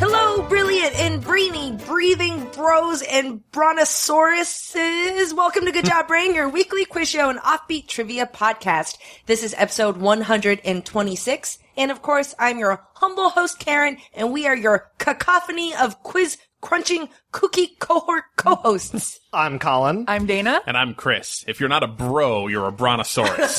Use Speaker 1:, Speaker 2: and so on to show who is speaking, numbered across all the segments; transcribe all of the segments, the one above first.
Speaker 1: Hello, brilliant and brainy, breathing bros and brontosauruses. Welcome to Good Job Brain, your weekly quiz show and offbeat trivia podcast. This is episode 126. And of course, I'm your humble host, Karen, and we are your cacophony of quiz crunching cookie cohort co-hosts.
Speaker 2: I'm Colin.
Speaker 3: I'm Dana.
Speaker 4: And I'm Chris. If you're not a bro, you're a brontosaurus.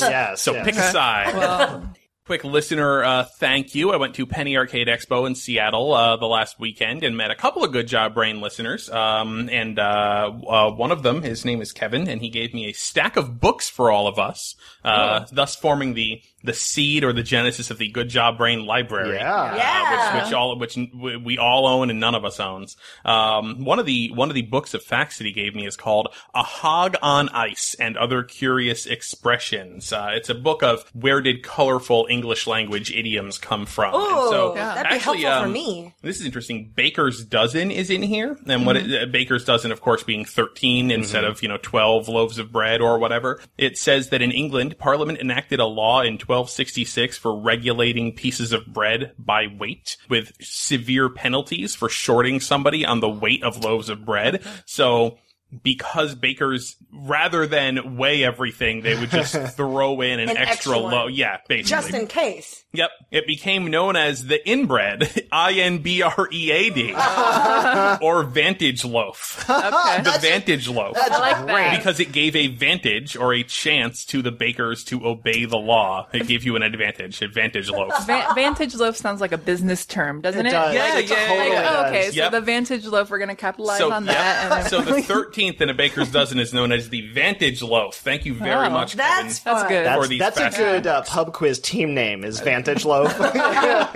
Speaker 2: Yes,
Speaker 4: So
Speaker 2: yes.
Speaker 4: pick a side. Quick listener, uh, thank you. I went to Penny Arcade Expo in Seattle uh, the last weekend and met a couple of good job brain listeners. Um, and uh, uh, one of them, his name is Kevin, and he gave me a stack of books for all of us,
Speaker 2: Oh.
Speaker 4: uh, thus forming the the seed or the genesis of the Good Job Brain Library
Speaker 2: yeah.
Speaker 1: Yeah.
Speaker 4: which all which n- we- we all own and none of us owns. Um, one of the one of the books of facts that he gave me is called "A Hog on Ice and Other Curious Expressions." Uh, it's a book of where did colorful English language idioms come from. And
Speaker 1: Oh,
Speaker 4: so,
Speaker 1: that'd be
Speaker 4: actually,
Speaker 1: helpful for
Speaker 4: um,
Speaker 1: me.
Speaker 4: this is interesting. Baker's dozen is in here, and what it, uh, Baker's dozen, of course, being 13 instead of you know twelve loaves of bread or whatever. It says that in England, Parliament enacted a law in 1266 for regulating pieces of bread by weight, with severe penalties for shorting somebody on the weight of loaves of bread. So. Because bakers, rather than weigh everything, they would just throw in an,
Speaker 1: An
Speaker 4: extra,
Speaker 1: extra one.
Speaker 4: low. Yeah, basically.
Speaker 1: Just in case.
Speaker 4: Yep. It became known as the inbred, I N B R E A D, or vantage loaf.
Speaker 3: Okay.
Speaker 4: The vantage loaf.
Speaker 3: I like that.
Speaker 4: Because it gave a vantage or a chance to the bakers to obey the law. It gave you an advantage, advantage loaf.
Speaker 3: Va- vantage loaf sounds like a business term, doesn't it?
Speaker 2: does.
Speaker 4: Yeah,
Speaker 2: it
Speaker 4: yeah, yeah,
Speaker 2: totally
Speaker 3: Like, oh,
Speaker 2: does.
Speaker 3: okay,
Speaker 4: Yep.
Speaker 3: so the vantage loaf, we're going to capitalize
Speaker 4: So,
Speaker 3: on
Speaker 4: yep.
Speaker 3: that. And
Speaker 4: so the 13th in a baker's dozen is known as the vantage loaf. Thank you very
Speaker 3: Wow.
Speaker 4: much, Kevin.
Speaker 1: That's
Speaker 3: that's
Speaker 1: fun.
Speaker 3: good.
Speaker 4: Or
Speaker 2: That's,
Speaker 4: these
Speaker 2: that's
Speaker 4: facts.
Speaker 2: a good uh, pub quiz team name is Vantage Loaf.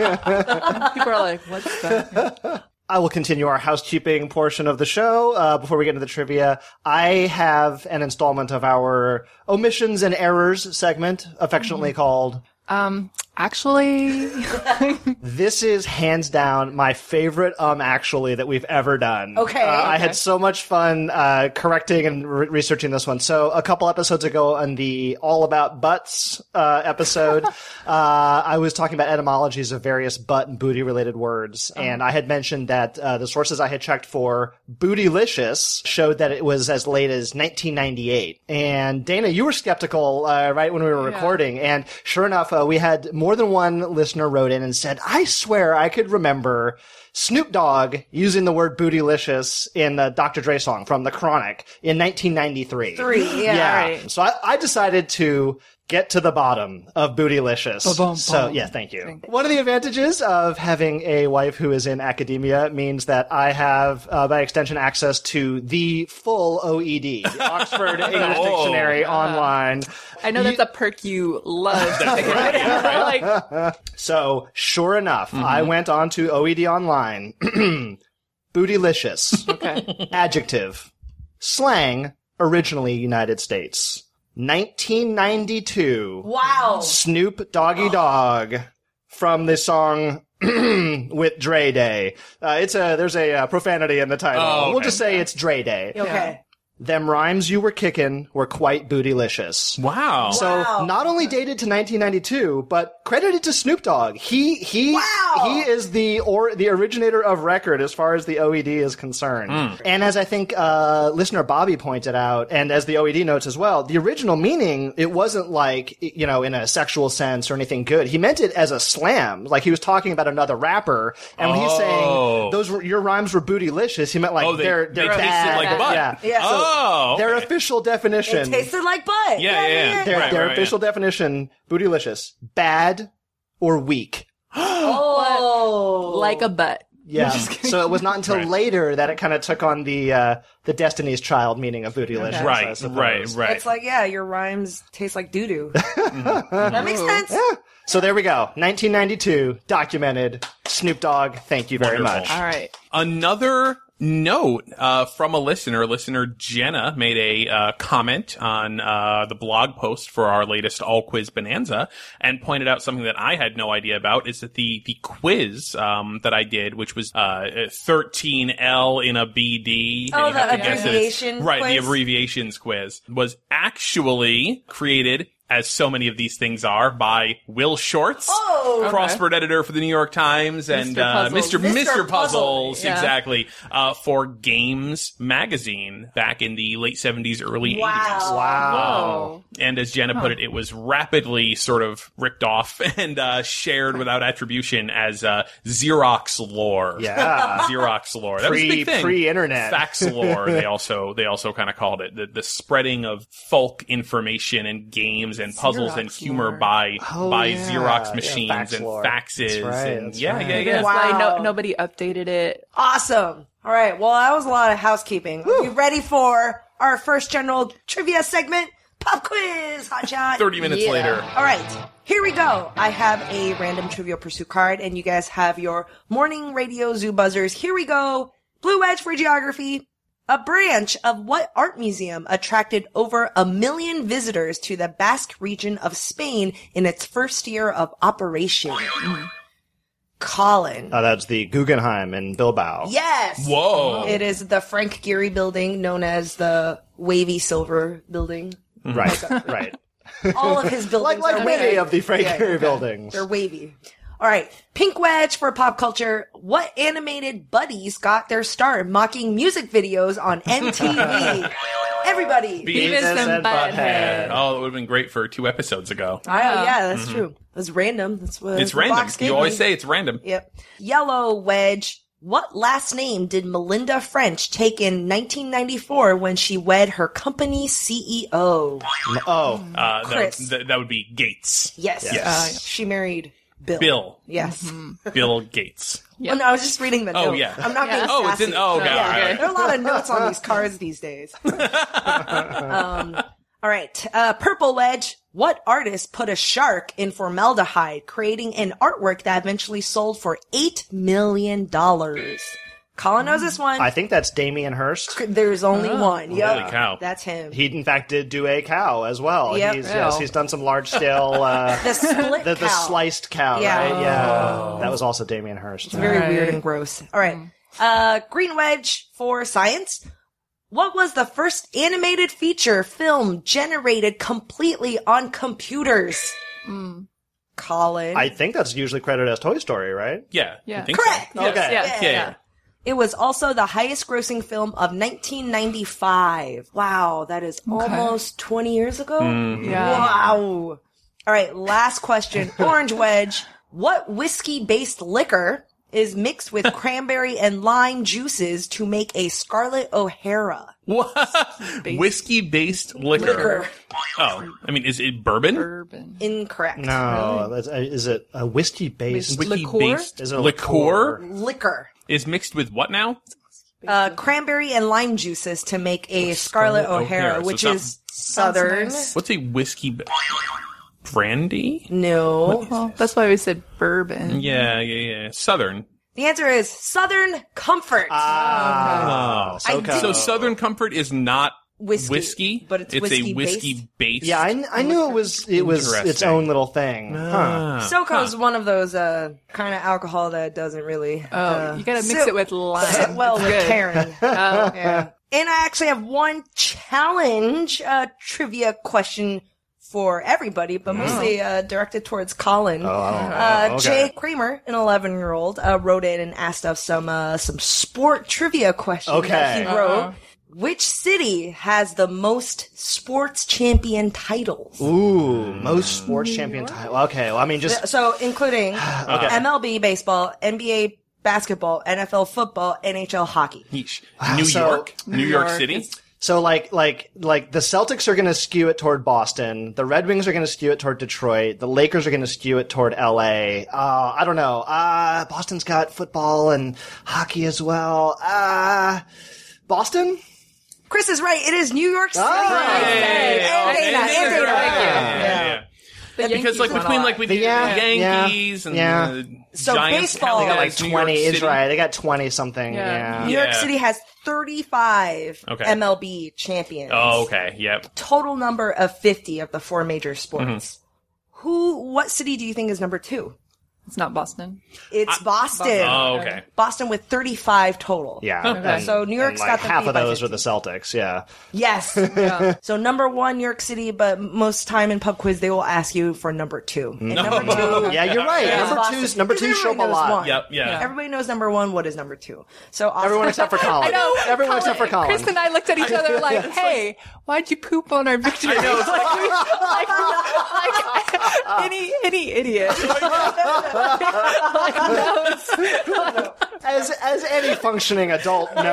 Speaker 3: People are like, what's that?
Speaker 2: I will continue our housekeeping portion of the show uh, before we get into the trivia. I have an installment of our omissions and errors segment, affectionately called
Speaker 3: Um, actually,
Speaker 2: This is hands down my favorite um actually that we've ever done.
Speaker 1: Okay.
Speaker 2: Uh, I had so much fun uh, correcting and re- researching this one. So a couple episodes ago on the All About Butts uh, episode, uh, I was talking about etymologies of various butt and booty related words, and I had mentioned that uh, the sources I had checked for bootylicious showed that it was as late as 1998. And Dana, you were skeptical uh, right when we were recording, and sure enough, uh, we had more than one listener wrote in and said, "I swear I could remember." Snoop Dogg using the word bootylicious in the Dr. Dre song from The Chronic in 1993.
Speaker 1: Three, yeah.
Speaker 2: Yeah.
Speaker 3: right.
Speaker 2: So I, I decided to get to the bottom of bootylicious.
Speaker 3: Ba-bum,
Speaker 2: So
Speaker 3: bum.
Speaker 2: yeah, thank you.
Speaker 3: Thank
Speaker 2: One of the advantages of having a wife who is in academia means that I have, uh, by extension, access to the full OED, Oxford English
Speaker 4: Oh.
Speaker 2: Dictionary online.
Speaker 3: I know that's a perk you love. like,
Speaker 2: So sure enough,
Speaker 4: Mm-hmm.
Speaker 2: I went on to OED online. bootylicious.
Speaker 3: okay.
Speaker 2: Adjective. Slang, originally United States. 1992.
Speaker 1: Wow.
Speaker 2: Snoop Doggy Dog from the song with Dre Day. Uh, it's a there's a uh, profanity in the title.
Speaker 4: Oh, okay.
Speaker 2: We'll just say it's Dre Day.
Speaker 1: Okay.
Speaker 2: Them rhymes you were kicking were quite bootylicious.
Speaker 4: Wow.
Speaker 2: So
Speaker 1: Wow.
Speaker 2: not only dated to 1992, but credited to Snoop Dogg. He he
Speaker 1: Wow.
Speaker 2: he is the or the originator of record as far as the OED is concerned.
Speaker 4: Hmm.
Speaker 2: And as I think uh, listener Bobby pointed out, and as the OED notes as well, the original meaning it wasn't like you know in a sexual sense or anything good. He meant it as a slam, like he was talking about another rapper. And when he's saying
Speaker 4: Oh.
Speaker 2: those were, your rhymes were bootylicious, he meant like
Speaker 4: oh, they,
Speaker 2: are
Speaker 4: they
Speaker 2: they're
Speaker 4: tasted
Speaker 2: bad.
Speaker 4: like butt.
Speaker 2: Yeah.
Speaker 1: Yeah. So
Speaker 4: oh.
Speaker 2: Their
Speaker 4: okay.
Speaker 2: official definition
Speaker 1: Tasted like butt.
Speaker 4: Yeah, yeah, yeah.
Speaker 2: their,
Speaker 4: Right,
Speaker 2: their
Speaker 4: right,
Speaker 2: official definition, bootylicious, bad or weak.
Speaker 1: Oh.
Speaker 3: Like a butt.
Speaker 2: Yeah. So it was not until
Speaker 4: Right.
Speaker 2: later that it kind of took on the uh, the Destiny's Child meaning of bootylicious. I
Speaker 4: Right,
Speaker 2: suppose.
Speaker 4: right, right.
Speaker 1: It's like, yeah, your rhymes taste like doo doo. that makes
Speaker 4: Mm-hmm.
Speaker 1: sense.
Speaker 2: So there we go. 1992, documented. Snoop Dogg. Thank you very
Speaker 4: Wonderful.
Speaker 2: much.
Speaker 3: All right.
Speaker 4: another No, uh, from a listener. Listener Jenna made a uh, comment on uh, the blog post for our latest All Quiz Bonanza and pointed out something that I had no idea about is that the the quiz um, that I did, which was uh, 13L in a BD.
Speaker 1: Oh,
Speaker 4: and you have
Speaker 1: the
Speaker 4: to guess it. It's-
Speaker 1: abbreviation
Speaker 4: Right, the
Speaker 1: quiz?
Speaker 4: abbreviations quiz was actually created as so many of these things are by Will Shorts,
Speaker 1: Oh! Okay.
Speaker 4: crossword editor for the New York Times, and
Speaker 3: Mr.
Speaker 4: uh, Mr.
Speaker 3: Puzzles.
Speaker 4: Mr.
Speaker 1: Mr.
Speaker 4: Puzzles,
Speaker 3: Puzzle, yeah.
Speaker 4: exactly, uh, for Games Magazine back in the late 70s, early 80s. Oh.
Speaker 3: Wow.
Speaker 4: And as Jenna put it, it was rapidly sort of ripped off and uh, shared without attribution as uh, Xerox lore.
Speaker 2: Yeah.
Speaker 4: Xerox lore. That was a
Speaker 2: Pre-
Speaker 4: big thing.
Speaker 2: pre-internet.
Speaker 4: fax lore. they also they also kind of called it the, the spreading of folk information and games and puzzles and
Speaker 3: Xerox
Speaker 4: humor
Speaker 3: lore.
Speaker 4: by
Speaker 2: Oh,
Speaker 4: by
Speaker 2: yeah.
Speaker 4: Xerox
Speaker 2: Yeah,
Speaker 4: machines
Speaker 2: fax
Speaker 4: and
Speaker 2: lore.
Speaker 4: faxes.
Speaker 2: That's right,
Speaker 4: and
Speaker 2: that's
Speaker 4: yeah,
Speaker 2: right.
Speaker 4: yeah, yeah,
Speaker 3: That's why
Speaker 1: Wow.
Speaker 3: no, nobody updated it.
Speaker 1: Awesome. All right. Well, that was a lot of housekeeping. Are you ready for our first general trivia segment? Pop quiz, hot shot.
Speaker 4: Thirty minutes later.
Speaker 1: All right. Here we go. I have a random Trivial Pursuit card, and you guys have your morning radio zoo buzzers. Here we go. Blue Edge for geography. A branch of what art museum attracted over a million visitors to the Basque region of Spain in its first year of operation? Colin.
Speaker 2: Uh, that's the Guggenheim in Bilbao.
Speaker 1: yes.
Speaker 4: Whoa.
Speaker 1: It is the Frank Gehry building, known as the Wavy Silver building.
Speaker 2: Right, right.
Speaker 1: All of his
Speaker 2: Like
Speaker 1: buildings
Speaker 2: like
Speaker 1: are
Speaker 2: many
Speaker 1: wavy.
Speaker 2: of the Frank
Speaker 1: Yeah,
Speaker 2: Gehry buildings.
Speaker 1: They're wavy. All right, Pink Wedge for pop culture. What animated buddies got their start mocking music videos on MTV? Everybody.
Speaker 4: Beavis
Speaker 2: and
Speaker 3: and
Speaker 2: Butthead.
Speaker 3: Butthead.
Speaker 4: Oh, it would have been great for two episodes ago.
Speaker 1: Oh, yeah, that's true. That's random. That's what
Speaker 4: Mm-hmm. It's
Speaker 1: the box
Speaker 4: random.
Speaker 1: gave
Speaker 4: You always
Speaker 1: me.
Speaker 4: say it's random.
Speaker 1: Yep. Yellow Wedge. What last name did Melinda French take in 1994 when she wed her company E CEO?
Speaker 2: Oh,
Speaker 4: Uh, that, would,
Speaker 1: Chris.
Speaker 4: th- that would be Gates.
Speaker 1: Yes.
Speaker 2: Yes. Uh, yeah.
Speaker 1: She married Bill.
Speaker 4: Bill.
Speaker 1: Yes.
Speaker 4: Bill Gates.
Speaker 1: Oh, no, I was just reading the
Speaker 4: Oh,
Speaker 1: note.
Speaker 4: yeah.
Speaker 1: I'm not being
Speaker 4: Oh, it's in.
Speaker 1: sassy.
Speaker 4: Oh, God.
Speaker 3: Yeah.
Speaker 4: all right.
Speaker 1: There are a lot of notes on these cards these days. um, all right. Uh, Purple Wedge. What artist put a shark in formaldehyde, creating an artwork that eventually sold for $8 million? Colin knows this one.
Speaker 2: I think that's Damien Hirst.
Speaker 1: There's only one. Yep.
Speaker 4: Holy cow.
Speaker 1: That's him.
Speaker 2: He in fact did do a cow as well.
Speaker 1: Yep.
Speaker 2: He's, yes,
Speaker 3: Ew.
Speaker 2: he's done some large scale. Uh,
Speaker 1: the split
Speaker 2: the, the
Speaker 1: cow.
Speaker 2: sliced cow,
Speaker 1: Yeah.
Speaker 2: right? Yeah, that was also Damien Hirst.
Speaker 1: It's very
Speaker 3: Right.
Speaker 1: weird and gross. All right. Uh, Green Wedge for science. What was the first animated feature film generated completely on computers? Colin.
Speaker 2: I think that's usually credited as Toy Story, right?
Speaker 4: Yeah.
Speaker 3: Yeah.
Speaker 4: I think so.
Speaker 1: Correct.
Speaker 4: Yes.
Speaker 2: Okay.
Speaker 4: Yeah.
Speaker 3: Yeah.
Speaker 4: Yeah.
Speaker 1: it was also the highest grossing film of 1995. Wow, that is almost 20 years ago.
Speaker 4: Mm-hmm.
Speaker 3: Yeah.
Speaker 1: Wow. All right, last question. Orange Wedge. What whiskey based liquor is mixed with cranberry and lime juices to make a Scarlet O'Hara?
Speaker 4: Whiskey based liquor.
Speaker 1: Liquor.
Speaker 4: Oh, I mean, is it bourbon?
Speaker 3: Urban.
Speaker 1: Incorrect.
Speaker 2: No, that's, uh, is it a whiskey based?
Speaker 3: Whiskey- Liqueur?
Speaker 4: Whiskey-based
Speaker 2: Is it a
Speaker 4: liqueur?
Speaker 1: Liquor.
Speaker 4: is mixed with what now?
Speaker 1: Uh, cranberry and lime juices to make a Scarlet,
Speaker 4: Scarlet
Speaker 1: O'Hara,
Speaker 4: O'Hara. So
Speaker 1: which
Speaker 4: it's not-
Speaker 1: is Southern.
Speaker 3: nice.
Speaker 4: What's a whiskey b- brandy?
Speaker 1: No.
Speaker 3: Well, that's why we said bourbon.
Speaker 4: Yeah, yeah, yeah. Southern.
Speaker 1: The answer is Southern Comfort.
Speaker 2: Ah,
Speaker 1: Oh, I
Speaker 2: SoCo.
Speaker 1: did-
Speaker 4: So Southern Comfort is not
Speaker 1: Whiskey.
Speaker 4: whiskey,
Speaker 1: But it's
Speaker 4: a
Speaker 1: whiskey-based.
Speaker 4: whiskey based.
Speaker 2: Yeah, I, kn- I knew it was it was its
Speaker 4: Interesting.
Speaker 2: own little thing. Huh.
Speaker 1: SoCo is one of those uh, kind of alcohol that doesn't really. uh,
Speaker 3: Oh, you gotta mix it with
Speaker 1: sit
Speaker 3: lime.
Speaker 1: well
Speaker 3: It's
Speaker 1: with
Speaker 3: good.
Speaker 1: Karen.
Speaker 3: Oh,
Speaker 1: Yeah. And I actually have one challenge, uh, trivia question for everybody, but mostly uh, directed towards Colin. uh,
Speaker 2: okay.
Speaker 1: Jay Kramer, an 11 year old, uh, wrote in and asked us some uh, some sport trivia questions that he
Speaker 2: Okay.
Speaker 1: wrote.
Speaker 3: Uh-huh.
Speaker 1: Which city has the most sports champion titles?
Speaker 2: Ooh, most sports champion title. Okay, well, I mean, just
Speaker 1: So, including MLB baseball, NBA basketball, NFL football, NHL hockey.
Speaker 4: Yeesh. New
Speaker 2: So-
Speaker 4: York, New York,
Speaker 3: York
Speaker 4: City.
Speaker 3: is-
Speaker 2: so like like like the Celtics are going to skew it toward Boston. The Red Wings are going to skew it toward Detroit. The Lakers are going to skew it toward L.A. Uh, I don't know. Uh, Boston's got football and hockey as well. Uh, Boston.
Speaker 1: Chris is right. It is New York City.
Speaker 2: Ah!
Speaker 1: And
Speaker 3: Oh,
Speaker 1: Dana.
Speaker 4: Hey,
Speaker 1: And
Speaker 4: Dana,
Speaker 1: Dana.
Speaker 4: right.
Speaker 3: Thank you.
Speaker 4: Yeah, yeah.
Speaker 3: The
Speaker 4: because like
Speaker 3: Yankees
Speaker 4: between
Speaker 3: won a
Speaker 4: like
Speaker 3: lot.
Speaker 4: we
Speaker 2: The
Speaker 4: did
Speaker 2: yeah,
Speaker 4: the Yankees and
Speaker 2: yeah.
Speaker 4: the
Speaker 1: So
Speaker 4: Giants,
Speaker 1: baseball-
Speaker 4: Cali
Speaker 1: They got,
Speaker 2: like
Speaker 4: guys, New York
Speaker 2: twenty is
Speaker 4: City.
Speaker 2: right. They got twenty something.
Speaker 3: Yeah.
Speaker 2: Yeah.
Speaker 1: New York
Speaker 4: Yeah.
Speaker 1: City has 35
Speaker 4: Okay.
Speaker 1: MLB champions.
Speaker 4: Oh, okay. Yep.
Speaker 1: Total number of 50 of the four major sports.
Speaker 4: Mm-hmm.
Speaker 1: Who, what city do you think is number two?
Speaker 3: it's not Boston.
Speaker 1: It's Boston.
Speaker 4: Oh, okay.
Speaker 1: Boston with 35 total.
Speaker 2: Yeah. and-
Speaker 1: So New
Speaker 2: and,
Speaker 1: York's
Speaker 2: like,
Speaker 1: got them
Speaker 2: half
Speaker 1: beat
Speaker 2: of
Speaker 1: by
Speaker 2: those were
Speaker 1: 50.
Speaker 2: the Celtics. Yeah.
Speaker 1: Yes. So number one, New York City, but most time in pub quiz, they will ask you for number two. And number two.
Speaker 2: Yeah, you're right.
Speaker 1: Yeah.
Speaker 2: Number
Speaker 1: Boston.
Speaker 2: two's number
Speaker 1: Because
Speaker 2: two show up a
Speaker 1: everyone knows
Speaker 2: lot.
Speaker 1: one.
Speaker 4: Yep. Yeah.
Speaker 1: Everybody knows number one. What is number two? So Austin-
Speaker 2: Everyone except for Colin. Everyone except for Colin.
Speaker 3: Chris and I looked at each other like, "Hey, why'd you poop on our victory?"
Speaker 4: I know, it's like-
Speaker 3: like, like any any idiot.
Speaker 2: as as any functioning adult knows.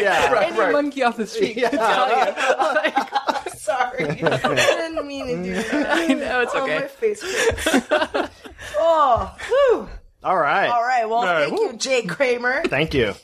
Speaker 2: Yeah.
Speaker 3: any monkey off the street. could tell you. Like, I'm sorry.
Speaker 1: I didn't mean to do that.
Speaker 3: I know it's
Speaker 1: Oh, my
Speaker 3: okay.
Speaker 1: face hurts. oh, whew.
Speaker 2: All right.
Speaker 1: All right. Well,
Speaker 4: right,
Speaker 1: thank
Speaker 4: woo.
Speaker 1: you, Jake Kramer.
Speaker 2: Thank you.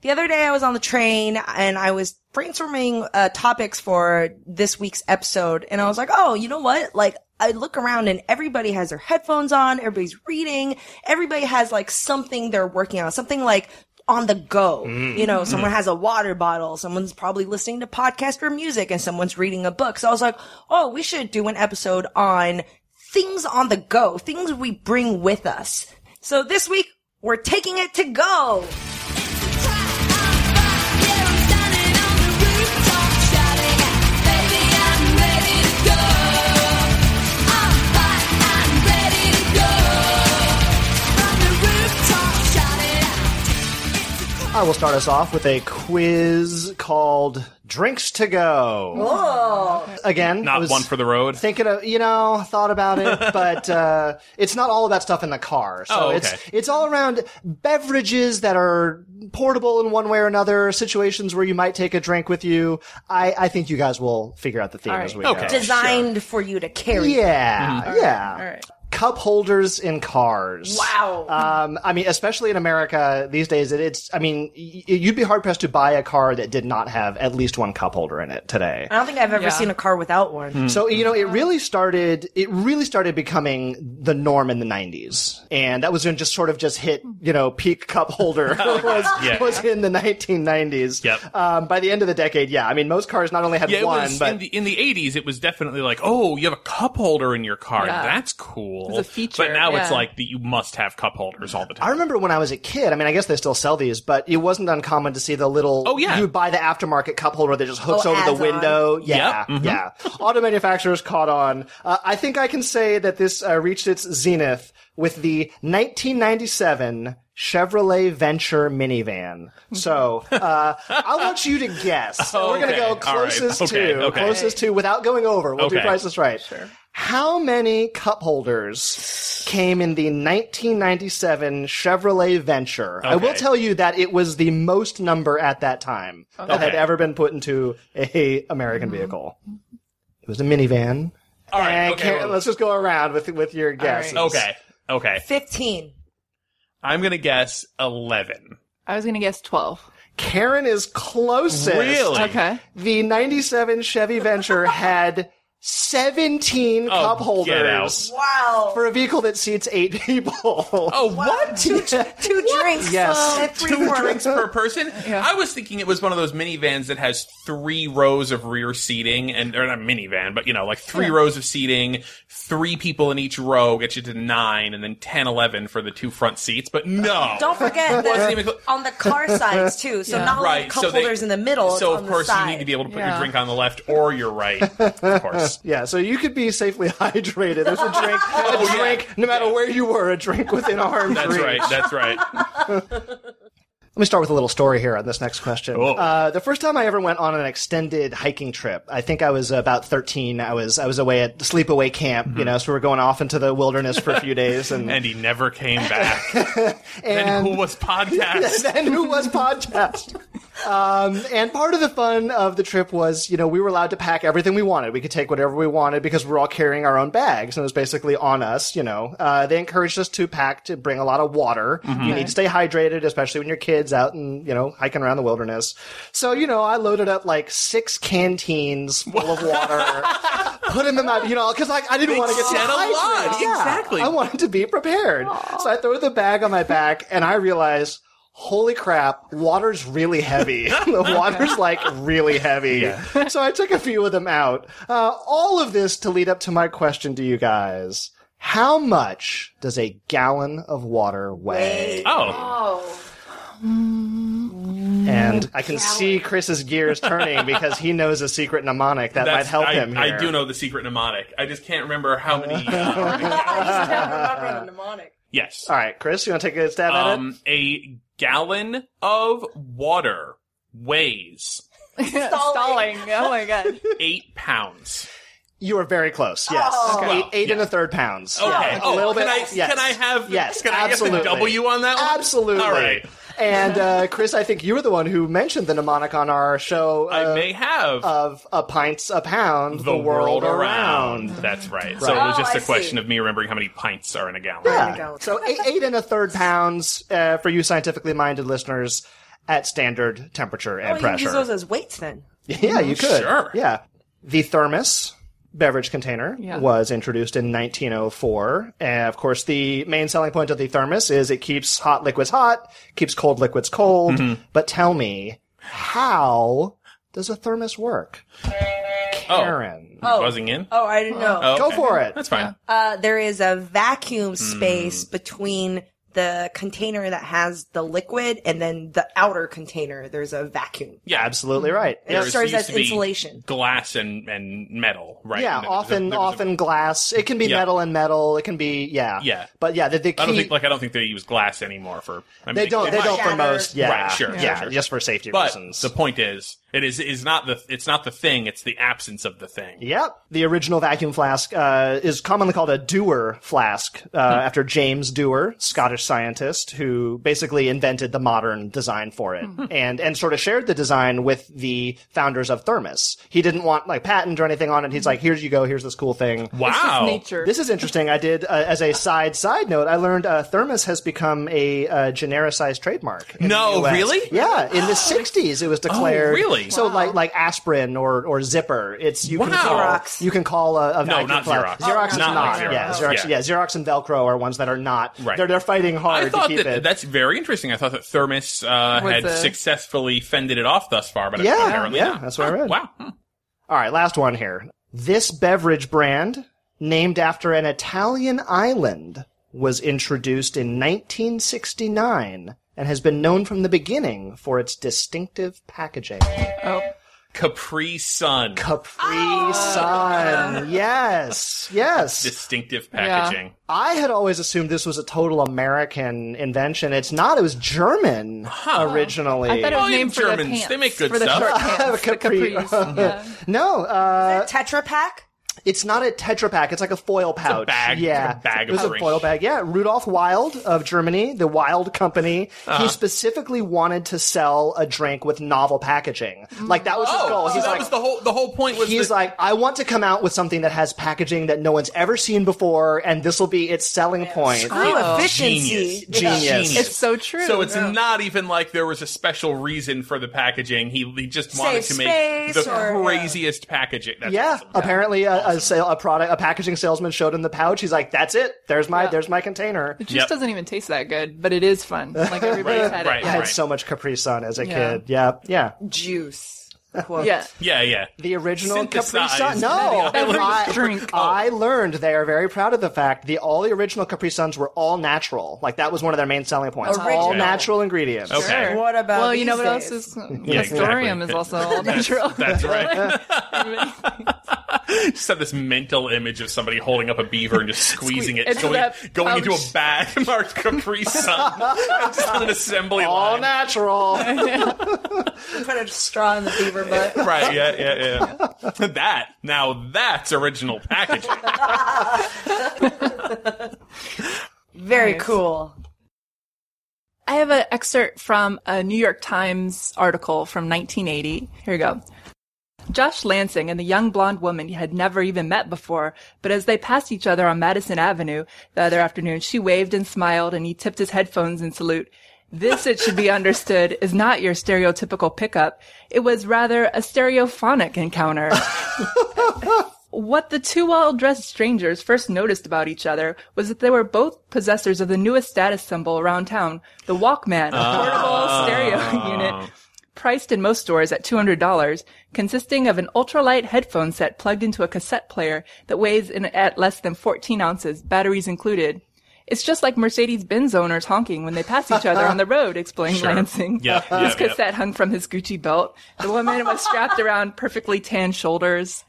Speaker 1: The other day I was on the train and I was brainstorming uh, topics for this week's episode and I was like, oh, you know what? Like, I look around and everybody has their headphones on, everybody's reading, everybody has like something they're working on, something like on the go. You know, someone has a water bottle, someone's probably listening to podcast or music and someone's reading a book. So I was like, oh, we should do an episode on things on the go, things we bring with us. So this week, we're taking it to go.
Speaker 2: I will start us off with a quiz called Drinks to Go. Again, I
Speaker 4: Not
Speaker 2: was
Speaker 4: one for the road.
Speaker 2: Thinking of you know, thought about it, but uh, it's not all of that stuff in the car. So
Speaker 4: Oh, okay.
Speaker 2: it's it's all around beverages that are portable in one way or another, situations where you might take a drink with you. I, I think you guys will figure out the theme
Speaker 3: right. Mm-hmm.
Speaker 2: as we
Speaker 4: Okay.
Speaker 2: go.
Speaker 1: designed for you to carry.
Speaker 2: Yeah, yeah.
Speaker 3: All right.
Speaker 2: Cup holders in cars.
Speaker 1: Wow.
Speaker 4: Uh,
Speaker 2: Um, I mean, especially in America these days, it, it's. I mean, y- you'd be hard pressed to buy a car that did not have at least one cup holder in it today.
Speaker 1: I don't think I've ever
Speaker 3: Yeah.
Speaker 1: seen a car without one.
Speaker 4: Hmm.
Speaker 2: So you know, it really started. It really started becoming the norm in the '90s, and that was when just sort of just hit. You know, peak cup holder was
Speaker 4: Yeah.
Speaker 2: was in the 1990s.
Speaker 4: Yep.
Speaker 2: Um, by the end of the decade, yeah. I mean, most cars not only had
Speaker 4: Yeah, it
Speaker 2: one,
Speaker 4: was
Speaker 2: but
Speaker 4: in the in the eighties. It was definitely like, oh, you have a cup holder in your car.
Speaker 3: Yeah.
Speaker 4: That's cool.
Speaker 3: It's a feature,
Speaker 4: But now it's
Speaker 3: yeah.
Speaker 4: like that you must have cup holders all the
Speaker 2: I
Speaker 4: time.
Speaker 2: remember when I was a kid. I mean, I guess they still sell these, but it wasn't uncommon to see the little.
Speaker 4: Oh, yeah.
Speaker 2: You buy the aftermarket cup holder that just hooks
Speaker 1: Oh,
Speaker 2: over
Speaker 1: adds
Speaker 2: the window. Yeah,
Speaker 4: Yep. Mhm.
Speaker 2: yeah. Auto manufacturers caught on. Uh, I think I can say that this uh, reached its zenith with the 1997 Chevrolet Venture minivan. So uh, I want you to guess.
Speaker 4: Oh,
Speaker 2: We're gonna
Speaker 4: okay.
Speaker 2: go
Speaker 4: All right.
Speaker 2: closest
Speaker 4: Okay,
Speaker 2: to
Speaker 4: okay.
Speaker 2: closest to without going over. We'll do
Speaker 4: Okay.
Speaker 2: prices right. Sure. How many cup holders came in the 1997 Chevrolet Venture? I will
Speaker 4: Okay.
Speaker 2: tell you that it was the most number at that time that had
Speaker 4: Okay.
Speaker 2: ever been put into a American vehicle. It was a minivan.
Speaker 4: All right,
Speaker 2: And
Speaker 4: okay,
Speaker 2: can't-
Speaker 4: well-
Speaker 2: let's just go around with with your guesses.
Speaker 4: okay, okay.
Speaker 1: 15.
Speaker 4: I'm gonna guess eleven.
Speaker 3: I was gonna guess twelve.
Speaker 2: Karen is closest.
Speaker 4: Really?
Speaker 3: Okay.
Speaker 2: The 97 Chevy Venture had 17
Speaker 4: Oh,
Speaker 2: cup
Speaker 4: get
Speaker 2: holders
Speaker 1: Wow.
Speaker 2: for a vehicle that seats eight people.
Speaker 4: Oh, what?
Speaker 1: Two, two drinks.
Speaker 2: Yes.
Speaker 1: uh, three
Speaker 4: Two
Speaker 1: more.
Speaker 4: drinks per person.
Speaker 3: Yeah.
Speaker 4: I was thinking it was one of those minivans that has three rows of rear seating, and or not minivan, but you know, like three rows of seating, three people in each row get you to nine, and then 10, 11 for the two front seats. But no,
Speaker 1: Uh, Don't forget
Speaker 4: Wasn't
Speaker 1: that
Speaker 4: even cl-
Speaker 1: on the car sides too. So
Speaker 3: Yeah.
Speaker 1: not only
Speaker 4: right.
Speaker 1: cup
Speaker 4: so they-
Speaker 1: holders in the middle.
Speaker 4: So
Speaker 1: it's
Speaker 4: of
Speaker 1: on
Speaker 4: course
Speaker 1: the side.
Speaker 4: you need to be able to put
Speaker 3: Yeah.
Speaker 4: your drink on the left or your right. Of course.
Speaker 2: Yeah, so you could be safely hydrated. There's a drink, a
Speaker 4: Oh, yeah.
Speaker 2: drink, no matter where you were, a drink within arm's
Speaker 4: That's
Speaker 2: reach.
Speaker 4: right. That's right.
Speaker 2: Let me start with a little story here on this next question.
Speaker 4: Oh.
Speaker 2: Uh, the first time I ever went on an extended hiking trip, I think I was about 13. I was I was away at sleepaway camp,
Speaker 4: Mm-hmm.
Speaker 2: you know, so we were going off into the wilderness for a few days, and
Speaker 4: And he never came back.
Speaker 2: and-
Speaker 4: and who was podcast?
Speaker 2: then who was podcast? Um, and part of the fun of the trip was, you know, we were allowed to pack everything we wanted. We could take whatever we wanted because we were all carrying our own bags, and it was basically on us. You know, uh, they encouraged us to pack to bring a lot of water.
Speaker 3: Mm-hmm.
Speaker 2: You need to stay hydrated, especially when your kids out and you know hiking around the wilderness. So you know, I loaded up like six canteens full of water, put them in my, you know, because like I didn't want to get too
Speaker 3: said a lot.
Speaker 2: hydrated. Yeah.
Speaker 3: Exactly.
Speaker 2: I wanted to be prepared. So I throw the bag on my back and I realize, holy crap, water's really heavy. the water's like really heavy. So I took a few of them out. Uh, all of this to lead up to my question to you guys. How much does a gallon of water weigh?
Speaker 4: Oh,
Speaker 2: And I can see Chris's gears turning because he knows a secret mnemonic that might
Speaker 4: that's,
Speaker 2: help
Speaker 4: I,
Speaker 2: him here.
Speaker 4: I do know the secret mnemonic. I just can't remember how many. uh,
Speaker 1: remember the mnemonic.
Speaker 4: yes.
Speaker 2: All right, Chris, you want to take a stab at it?
Speaker 4: Um, a gallon of water weighs
Speaker 1: Stalling.
Speaker 3: Stalling. Oh my god.
Speaker 4: eight pounds.
Speaker 2: You are very close. Yes, eight, eight and a third pounds.
Speaker 4: Okay.
Speaker 2: Yeah, a
Speaker 4: oh,
Speaker 2: little
Speaker 4: can
Speaker 2: bit.
Speaker 4: I
Speaker 2: yes.
Speaker 4: can I have
Speaker 2: Yes,
Speaker 4: can I
Speaker 2: absolutely.
Speaker 4: get the W on that one?
Speaker 2: Absolutely.
Speaker 4: All right.
Speaker 2: And uh, Chris, I think you were the one who mentioned the mnemonic on our show
Speaker 4: I
Speaker 2: uh,
Speaker 4: may have
Speaker 2: of a pints a pound,
Speaker 4: the world around. That's right. So it was
Speaker 1: Oh,
Speaker 4: just
Speaker 1: I
Speaker 4: a question
Speaker 1: see.
Speaker 4: of me remembering how many pints are in a gallon.
Speaker 1: we
Speaker 2: Yeah.
Speaker 1: go.
Speaker 2: So eight, eight and a third pounds uh, for you scientifically minded listeners at standard temperature and
Speaker 1: Well, you can use
Speaker 2: pressure.
Speaker 1: those as weights then.
Speaker 2: yeah, you could.
Speaker 4: Sure.
Speaker 2: Yeah. The thermos beverage container was introduced in 1904. And of course, the main selling point of the thermos is it keeps hot liquids hot, keeps cold liquids cold.
Speaker 4: Mm-hmm.
Speaker 2: But tell me, how does a thermos work? Karen.
Speaker 1: Oh.
Speaker 4: Buzzing in.
Speaker 1: Oh, I didn't know.
Speaker 4: Oh, Hmm.
Speaker 2: Go
Speaker 4: okay.
Speaker 2: for it.
Speaker 4: That's fine.
Speaker 1: Uh, there is a vacuum space between the container that has the liquid and then the outer container. There's a vacuum.
Speaker 4: Yeah.
Speaker 2: Absolutely right.
Speaker 1: It
Speaker 4: There
Speaker 1: serves
Speaker 4: used
Speaker 1: as
Speaker 4: to be
Speaker 1: insulation.
Speaker 4: Glass and, and metal, right?
Speaker 2: Yeah,
Speaker 4: And there was a-
Speaker 2: often
Speaker 4: there was a-
Speaker 2: often glass. It can be
Speaker 4: Yeah.
Speaker 2: metal and metal. It can be yeah.
Speaker 4: Yeah.
Speaker 2: But yeah, the, the key
Speaker 4: I don't think like I don't think they use glass anymore for. I mean,
Speaker 2: they don't they
Speaker 4: might.
Speaker 2: don't for
Speaker 1: shatter.
Speaker 2: most. Yeah,
Speaker 4: Right, sure,
Speaker 2: yeah,
Speaker 4: sure, sure.
Speaker 2: just for safety
Speaker 4: But
Speaker 2: reasons.
Speaker 4: the point is, it is is not the it's not the thing. It's the absence of the thing.
Speaker 2: Yep. The original vacuum flask uh, is commonly called a Dewar flask, uh, after James Dewar, Scottish scientist, who basically invented the modern design for it and, and sort of shared the design with the founders of Thermos. He didn't want like patent or anything on it. He's like, here you go. Here's this cool thing.
Speaker 4: Wow.
Speaker 3: Nature.
Speaker 2: This is interesting. I did uh, as a side side note. I learned uh, Thermos has become a uh, genericized trademark. in
Speaker 4: No,
Speaker 2: the US.
Speaker 4: really? Oh,
Speaker 2: Yeah, in the '60s it was declared.
Speaker 4: really?
Speaker 2: So like like aspirin or or zipper. It's you can
Speaker 4: Wow.
Speaker 2: call
Speaker 1: Xerox.
Speaker 2: you can call a, a vacuum
Speaker 4: not
Speaker 2: fly-
Speaker 4: Xerox.
Speaker 2: Xerox
Speaker 4: Oh,
Speaker 2: is not.
Speaker 4: not like Xerox.
Speaker 2: Yeah, Xerox.
Speaker 4: Yeah.
Speaker 2: Yeah. Xerox and Velcro are ones that are not.
Speaker 4: Right.
Speaker 2: They're they're fighting hard
Speaker 4: I thought
Speaker 2: to keep
Speaker 4: that
Speaker 2: it.
Speaker 4: that's very interesting. I thought that Thermos uh,
Speaker 3: Was
Speaker 4: had
Speaker 3: a-
Speaker 4: successfully fended it off thus far, but
Speaker 2: Yeah,
Speaker 4: apparently
Speaker 2: yeah,
Speaker 4: not.
Speaker 2: that's what I read.
Speaker 4: Wow. Hmm.
Speaker 2: All right, last one here. This beverage brand, named after an Italian island, was introduced in 1969 and has been known from the beginning for its distinctive packaging.
Speaker 3: Oh.
Speaker 4: Capri Sun,
Speaker 2: Capri Sun. Yes. Yes.
Speaker 4: distinctive packaging.
Speaker 2: I had always assumed this was a total American invention. It's not. It was German originally.
Speaker 3: I thought it was
Speaker 4: Well,
Speaker 3: named for
Speaker 4: Germans,
Speaker 3: the pants.
Speaker 4: they make good
Speaker 3: for the
Speaker 4: stuff.
Speaker 3: short pants. the
Speaker 2: Capri.
Speaker 3: capris. Yeah.
Speaker 2: no, uh,
Speaker 1: Tetra Pak?
Speaker 2: It's not a Tetra Pak. It's like a foil pouch.
Speaker 4: bag.
Speaker 2: Yeah,
Speaker 4: It's a bag
Speaker 2: It was
Speaker 4: of
Speaker 2: a
Speaker 4: drink.
Speaker 2: foil bag. Yeah, Rudolf Wild of Germany, the Wild Company.
Speaker 4: Uh-huh.
Speaker 2: He specifically wanted to sell a drink with novel packaging. Like that was his
Speaker 4: Oh,
Speaker 2: goal.
Speaker 4: so
Speaker 2: He's
Speaker 4: that
Speaker 2: like,
Speaker 4: was the whole the whole point was
Speaker 2: he's
Speaker 4: the-
Speaker 2: like, I want to come out with something that has packaging that no one's ever seen before, and this will be its selling point.
Speaker 1: Screw
Speaker 4: genius.
Speaker 1: efficiency.
Speaker 2: Genius.
Speaker 3: It's so true.
Speaker 4: So it's not even like there was a special reason for the packaging. He, he just wanted to
Speaker 1: Save
Speaker 4: make
Speaker 1: space
Speaker 4: the
Speaker 1: or-
Speaker 4: craziest packaging. That's
Speaker 2: yeah,
Speaker 4: awesome.
Speaker 2: apparently a, a sale, a product, a packaging salesman showed him the pouch. He's like, "That's it. There's my, there's my container."
Speaker 3: It just
Speaker 4: Yep.
Speaker 3: doesn't even taste that good, but it is fun. Like everybody's
Speaker 4: Right,
Speaker 3: had
Speaker 4: right,
Speaker 3: it.
Speaker 2: I
Speaker 3: Yeah.
Speaker 2: had
Speaker 4: right.
Speaker 2: so much Capri Sun as a
Speaker 3: Yeah.
Speaker 2: kid. Yeah, yeah.
Speaker 1: Juice.
Speaker 3: Yeah.
Speaker 4: Yeah, yeah.
Speaker 2: The original Capri Sun.
Speaker 4: Synthesized.
Speaker 2: No,
Speaker 4: Beverage
Speaker 2: I,
Speaker 3: drink.
Speaker 2: I learned they are very proud of the fact the all the original Capri Suns were all natural. Like that was one of their main selling points. All
Speaker 1: Original.
Speaker 2: natural ingredients.
Speaker 4: Okay.
Speaker 3: Sure.
Speaker 1: What about
Speaker 3: Well, you know
Speaker 1: these
Speaker 3: what else
Speaker 1: days?
Speaker 3: is Castorium
Speaker 4: exactly.
Speaker 3: is also all
Speaker 4: That's,
Speaker 3: natural.
Speaker 4: that's right. just have this mental image of somebody holding up a beaver and just squeezing it,
Speaker 3: Into
Speaker 4: going,
Speaker 3: that
Speaker 4: going into a
Speaker 3: pouch.
Speaker 4: bag marked Capri Sun, just on an assembly
Speaker 2: All
Speaker 4: line.
Speaker 2: natural. Oh
Speaker 1: Put a straw in the beaver butt.
Speaker 4: Right, yeah, yeah, yeah. that, now that's original packaging.
Speaker 1: Very cool.
Speaker 3: I have an excerpt from a New York Times article from 1980. Here we go. Josh Lansing and the young blonde woman he had never even met before, but as they passed each other on Madison Avenue the other afternoon, she waved and smiled and he tipped his headphones in salute. This, it should be understood, is not your stereotypical pickup. It was rather a stereophonic encounter. What the two well-dressed strangers first noticed about each other was that they were both possessors of the newest status symbol around town, the Walkman, a portable
Speaker 4: Ah.
Speaker 3: stereo unit priced in most stores at $200, consisting of an ultralight headphone set plugged into a cassette player that weighs in at less than 14 ounces, batteries included. It's just like Mercedes-Benz owners honking when they pass each other on the road, explained Lansing.
Speaker 4: Yeah, yeah,
Speaker 3: his
Speaker 4: yeah.
Speaker 3: cassette hung from his Gucci belt. The woman was strapped around perfectly tanned shoulders.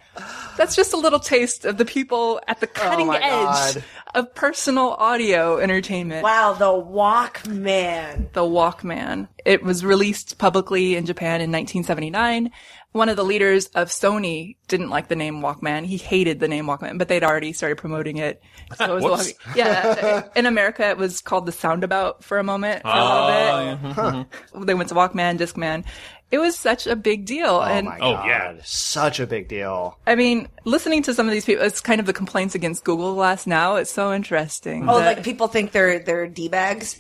Speaker 3: That's just a little taste of the people at the cutting
Speaker 2: Oh my
Speaker 3: edge
Speaker 2: God.
Speaker 3: of personal audio entertainment.
Speaker 1: Wow, the Walkman.
Speaker 3: The Walkman. It was released publicly in Japan in 1979. One of the leaders of Sony didn't like the name Walkman. He hated the name Walkman, but they'd already started promoting it. So it was the
Speaker 4: Whoops.
Speaker 3: Walkman. Yeah. In America, it was called the Soundabout for a moment, for a little bit. They went to Walkman, Discman. It was such a big deal. and
Speaker 2: my
Speaker 4: Oh,
Speaker 2: God.
Speaker 4: yeah.
Speaker 2: Such a big deal.
Speaker 3: I mean, listening to some of these people, it's kind of the complaints against Google Glass now. It's so interesting.
Speaker 1: Oh,
Speaker 3: that-
Speaker 1: like people think they're they're d bags.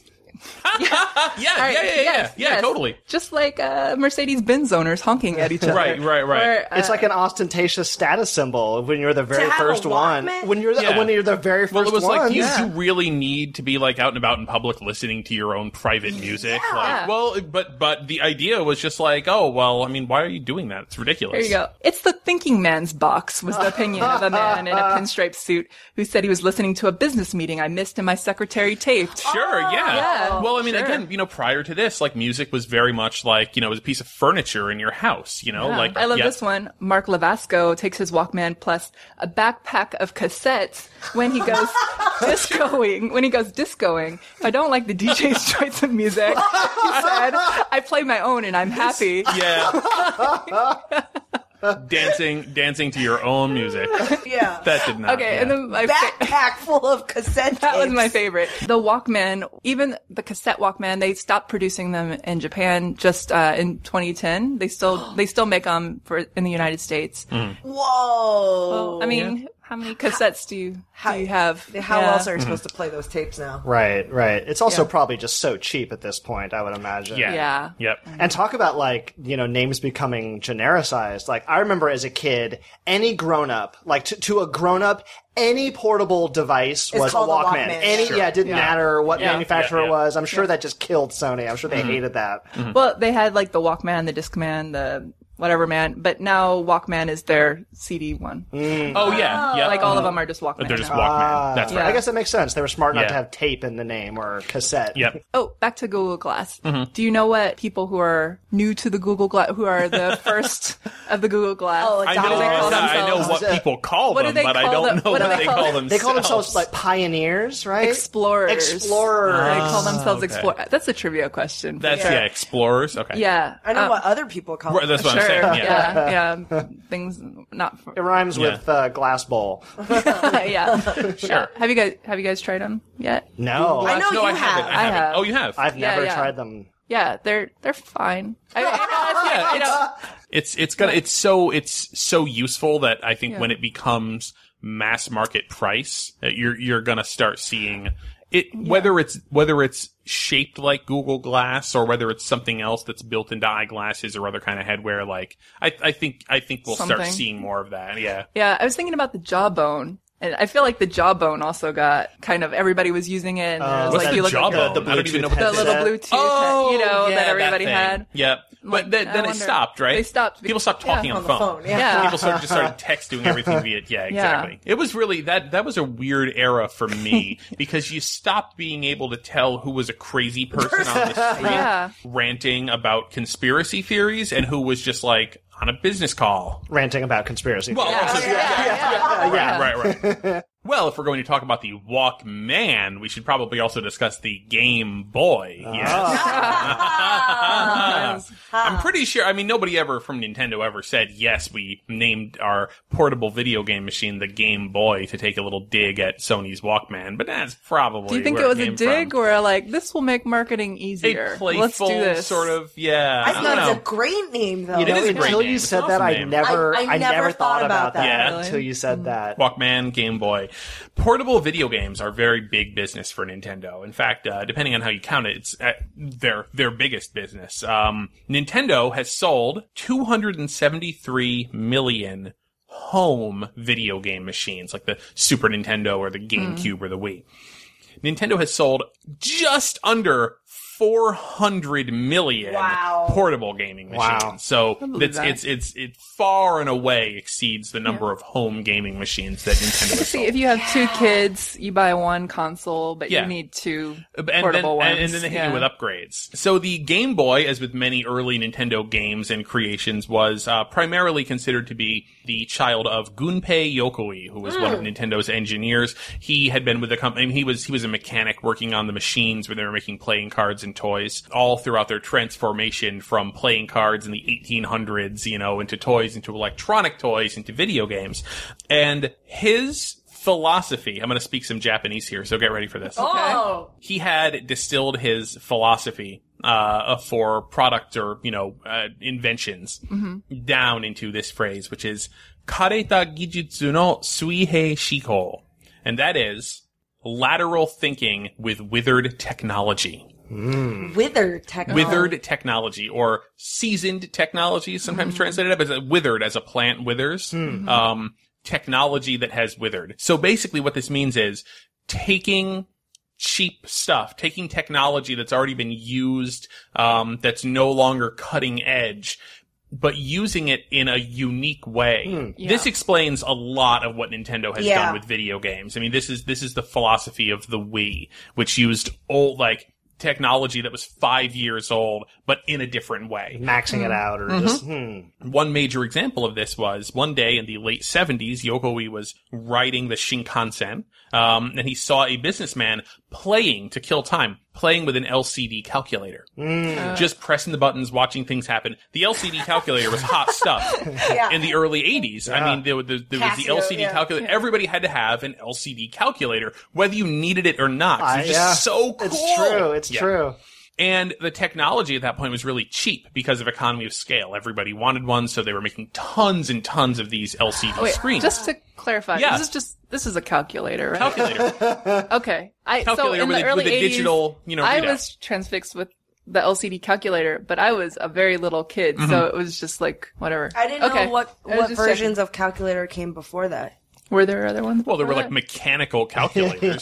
Speaker 4: yeah,
Speaker 3: All right,
Speaker 4: yeah, yeah, yeah,
Speaker 3: yes,
Speaker 4: yeah,
Speaker 3: yes.
Speaker 4: totally.
Speaker 3: Just like uh, Mercedes Benz owners honking at each other.
Speaker 4: Right, right, right.
Speaker 3: Or, uh,
Speaker 2: It's like an ostentatious status symbol when you're the very
Speaker 1: have a
Speaker 2: first one.
Speaker 1: Walkman?
Speaker 2: When you're the,
Speaker 4: Yeah.
Speaker 2: when you're the very first
Speaker 4: Well, it was
Speaker 2: one.
Speaker 4: like, do you,
Speaker 2: yeah.
Speaker 4: do you really need to be like out and about in public listening to your own private music? Like, well, but but the idea was just like, oh, well, I mean, why are you doing that? It's ridiculous.
Speaker 3: There you go. It's the thinking man's box was the opinion of a man in a pinstripe suit who said he was listening to a business meeting I missed and my secretary taped.
Speaker 4: Sure, yeah.
Speaker 3: Oh, yeah,
Speaker 4: Well, I mean,
Speaker 3: sure.
Speaker 4: again, you know, prior to this, like music was very much like you know, it was a piece of furniture in your house. You know, like
Speaker 3: Oh, I love
Speaker 4: yeah.
Speaker 3: this one. Mark Lavasco takes his Walkman plus a backpack of cassettes when he goes discoing. When he goes discoing, if I don't like the DJ's choice of music, he said, I play my own and I'm happy.
Speaker 4: Yeah. dancing, dancing to your own music.
Speaker 1: Yeah.
Speaker 4: That did not.
Speaker 3: Okay,
Speaker 4: yeah.
Speaker 3: and then my fa-
Speaker 1: Backpack full of cassette.
Speaker 3: That was
Speaker 1: tapes.
Speaker 3: my favorite. The Walkman, even the cassette Walkman, they stopped producing them in Japan just uh, in 2010. They still they still make them for in the United States.
Speaker 1: Mm. Whoa.
Speaker 3: I mean, how many cassettes do you
Speaker 1: How-
Speaker 3: do you have?
Speaker 1: How
Speaker 3: Yeah.
Speaker 1: else are you supposed
Speaker 4: Mm-hmm.
Speaker 1: to play those tapes now?
Speaker 2: Right, right. It's also
Speaker 3: Yeah.
Speaker 2: probably just so cheap at this point, I would imagine.
Speaker 4: yeah,
Speaker 3: Yeah.
Speaker 4: yep.
Speaker 2: And talk about like, you know, names becoming genericized. Like I remember as a kid, any grown up, like to, to a grown up, any portable device was a
Speaker 1: called a
Speaker 2: Walkman.
Speaker 1: Walkman.
Speaker 2: Any,
Speaker 4: Sure.
Speaker 2: yeah, it didn't matter what
Speaker 4: Yeah.
Speaker 2: manufacturer
Speaker 4: Yeah, Mm-hmm.
Speaker 2: it
Speaker 4: yeah.
Speaker 2: was. I'm sure that just killed Sony. I'm sure they hated that.
Speaker 3: Well, they had like the Walkman, the Discman, the whatever man, but now Walkman is their CD one.
Speaker 4: Oh yeah, yeah.
Speaker 3: Mm-hmm. Like all of them are just Walkman.
Speaker 4: They're just
Speaker 3: now.
Speaker 4: Walkman. That's
Speaker 3: Yeah.
Speaker 4: right.
Speaker 2: I guess that makes sense. They were smart enough
Speaker 4: Yeah.
Speaker 2: to have tape in the name or cassette.
Speaker 4: Yep.
Speaker 3: Oh, back to Google Glass.
Speaker 4: Mm-hmm.
Speaker 3: Do you know what people who are new to the Google Glass, who are the first of the Google Glass?
Speaker 1: Oh, it's
Speaker 4: I
Speaker 1: What do
Speaker 4: know,
Speaker 1: they call
Speaker 4: yeah, I know
Speaker 2: themselves?
Speaker 4: what people call
Speaker 3: What do
Speaker 4: them,
Speaker 3: they
Speaker 4: but I
Speaker 3: call
Speaker 4: don't
Speaker 3: them?
Speaker 4: know
Speaker 3: What
Speaker 4: what,
Speaker 3: do
Speaker 4: they call themselves.
Speaker 2: They call themselves like pioneers, right?
Speaker 3: Explorers.
Speaker 2: Explorers.
Speaker 4: Ah.
Speaker 3: They call themselves
Speaker 4: okay.
Speaker 3: explorers. That's a trivia question.
Speaker 4: That's yeah.
Speaker 1: Yeah.
Speaker 4: explorers. Okay.
Speaker 3: yeah.
Speaker 1: I know
Speaker 3: Um,
Speaker 1: what other people call
Speaker 4: Right,
Speaker 1: them.
Speaker 4: that's what
Speaker 3: Sure.
Speaker 4: I'm saying. Yeah.
Speaker 3: Yeah. yeah. Things not
Speaker 2: It
Speaker 3: for.
Speaker 2: rhymes
Speaker 4: Yeah.
Speaker 2: with uh, glass bowl.
Speaker 3: yeah.
Speaker 4: Sure.
Speaker 3: Have you guys Have you guys tried them yet?
Speaker 2: No,
Speaker 1: I
Speaker 2: I've,
Speaker 1: know
Speaker 4: no, I
Speaker 1: you
Speaker 4: haven't.
Speaker 1: have.
Speaker 4: I haven't.
Speaker 3: have.
Speaker 4: Oh, you have.
Speaker 2: I've
Speaker 3: Yeah,
Speaker 2: never
Speaker 3: yeah.
Speaker 2: tried them.
Speaker 3: Yeah, they're they're fine. I, I know, it's-
Speaker 4: Yeah,
Speaker 3: I know.
Speaker 4: It's it's gonna it's so it's so useful that I think when it becomes mass market price, that you're you're gonna start seeing it whether it's whether it's shaped like Google Glass or whether it's something else that's built into eyeglasses or other kind of headwear. Like I I think I think we'll
Speaker 3: Something.
Speaker 4: start seeing more of that. Yeah.
Speaker 3: Yeah, I was thinking about the jawbone. And I feel like the jawbone also got kind of everybody was using it. And it was
Speaker 4: Oh. What's
Speaker 3: like
Speaker 4: the
Speaker 3: you look at
Speaker 4: jawbone?
Speaker 2: the- the
Speaker 4: I don't even know
Speaker 2: Bluetooth
Speaker 4: what
Speaker 3: the
Speaker 4: that
Speaker 2: headset?
Speaker 4: is.
Speaker 3: little Bluetooth, you know,
Speaker 4: Oh, yeah,
Speaker 3: that everybody
Speaker 4: thing.
Speaker 3: had.
Speaker 4: Yeah,
Speaker 3: Like,
Speaker 4: but then,
Speaker 3: I
Speaker 4: then it
Speaker 3: wonder.
Speaker 4: stopped, right?
Speaker 3: They stopped.
Speaker 4: People stopped
Speaker 3: Yeah,
Speaker 4: talking
Speaker 3: on
Speaker 4: on,
Speaker 1: on the phone. Yeah.
Speaker 3: Yeah.
Speaker 4: people started just started text doing everything via yeah exactly it was really that that was a weird era for me because you stopped being able to tell who was a crazy person on the street
Speaker 3: Yeah.
Speaker 4: ranting about conspiracy theories and who was just like on a business call
Speaker 2: Ranting about conspiracy.
Speaker 4: well also-
Speaker 3: Oh, Yeah.
Speaker 4: right right right Well, if we're going to talk about the Walkman, we should probably also discuss the Game Boy. Yes.
Speaker 3: Ah.
Speaker 4: I'm pretty sure, I mean, nobody ever from Nintendo ever said, yes, we named our portable video game machine the Game Boy to take a little dig at Sony's Walkman, but that's probably
Speaker 3: Do you think
Speaker 4: where
Speaker 3: it was a
Speaker 4: came
Speaker 3: dig
Speaker 4: from.
Speaker 3: or like this will make marketing easier?
Speaker 4: a playful
Speaker 3: Let's do this.
Speaker 4: sort of, yeah.
Speaker 1: I
Speaker 4: don't
Speaker 1: thought
Speaker 4: know.
Speaker 1: it's a great name though.
Speaker 2: You know,
Speaker 4: is a great
Speaker 2: until
Speaker 4: name.
Speaker 2: you
Speaker 4: It's
Speaker 2: said
Speaker 4: an
Speaker 2: that,
Speaker 4: awesome
Speaker 2: I
Speaker 4: name.
Speaker 2: never,
Speaker 1: I-
Speaker 2: I,
Speaker 1: I
Speaker 2: never thought about that
Speaker 4: Yeah.
Speaker 2: until you said that.
Speaker 4: Walkman, Game Boy. Portable video games are very big business for Nintendo. In fact, uh, depending on how you count it, it's uh, their their biggest business. Um, Nintendo has sold 273 million home video game machines, like the Super Nintendo or the
Speaker 2: Hmm.
Speaker 4: GameCube or the Wii. Nintendo has sold just under 400 million
Speaker 1: Wow.
Speaker 4: portable gaming
Speaker 2: Wow.
Speaker 4: machines. So
Speaker 3: believe
Speaker 4: it's,
Speaker 3: that.
Speaker 4: it's it's it far and away exceeds the number of home gaming machines that Nintendo has
Speaker 3: See,
Speaker 4: sold.
Speaker 3: if you have two kids, you buy one console, but
Speaker 4: Yeah.
Speaker 3: you need two
Speaker 4: And then,
Speaker 3: portable ones.
Speaker 4: and, and then they hit
Speaker 3: Yeah.
Speaker 4: you with upgrades. So the Game Boy, as with many early Nintendo games and creations, was uh, primarily considered to be the child of Gunpei Yokoi, who was one
Speaker 3: Hmm.
Speaker 4: of Nintendo's engineers. He had been with the company. He was he was a mechanic working on the machines where they were making playing cards and toys, all throughout their transformation from playing cards in the 1800s, you know, into toys, into electronic toys, into video games, and his. Philosophy. I'm going to speak some Japanese here, so get ready for this
Speaker 1: Oh,
Speaker 4: he had distilled his philosophy uh, for product or you know uh, inventions down into this phrase, which is "kareta gijutsu no suihei shiko," and that is lateral thinking with withered technology.
Speaker 1: wither technology.
Speaker 4: Withered technology or seasoned technology is sometimes translated as a withered as a plant withers. Um, technology that has withered. So basically what this means is taking cheap stuff, taking technology that's already been used, um, that's no longer cutting edge, but using it in a unique way. This explains a lot of what Nintendo has
Speaker 1: Yeah.
Speaker 4: done with video games. I mean, this is this is the philosophy of the Wii, which used old like technology that was five years old, but in a different way.
Speaker 2: Maxing it out, or just hmm.
Speaker 4: One major example of this was one day in the late 70s, Yokoi was riding the Shinkansen, um, and he saw a businessman playing to kill time, playing with an LCD calculator.
Speaker 2: Mm.
Speaker 4: Just pressing the buttons, watching things happen. The LCD calculator was hot stuff in the early 80s. I mean, there, was- there, there was the
Speaker 1: Casio,
Speaker 4: LCD
Speaker 1: yeah.
Speaker 4: calculator. Everybody had to have an LCD calculator, whether you needed it or not. 'cause
Speaker 2: I-
Speaker 4: It was just
Speaker 2: yeah.
Speaker 4: so cool.
Speaker 2: It's true. It's
Speaker 4: Yeah.
Speaker 2: true.
Speaker 4: And the technology at that point was really cheap because of economy of scale. Everybody wanted one, so they were making tons and tons of these LCD
Speaker 3: Wait,
Speaker 4: screens.
Speaker 3: Oh, just to clarify,
Speaker 4: Yeah.
Speaker 3: this is just this is a calculator, right?
Speaker 4: calculator,
Speaker 3: okay, I
Speaker 4: calculator
Speaker 3: so in
Speaker 4: with,
Speaker 3: the
Speaker 4: a,
Speaker 3: early
Speaker 4: with a
Speaker 3: 80s,
Speaker 4: digital, you know,
Speaker 3: I
Speaker 4: readout.
Speaker 3: was transfixed with the LCD calculator, but I was a very little kid,
Speaker 4: Mm-hmm.
Speaker 3: so it was just like whatever.
Speaker 1: I didn't
Speaker 3: Okay.
Speaker 1: know what
Speaker 3: I
Speaker 1: what
Speaker 3: was just checking.
Speaker 1: versions of calculator came before that.
Speaker 3: were there other ones?
Speaker 4: well, there were
Speaker 3: before
Speaker 4: like mechanical calculators.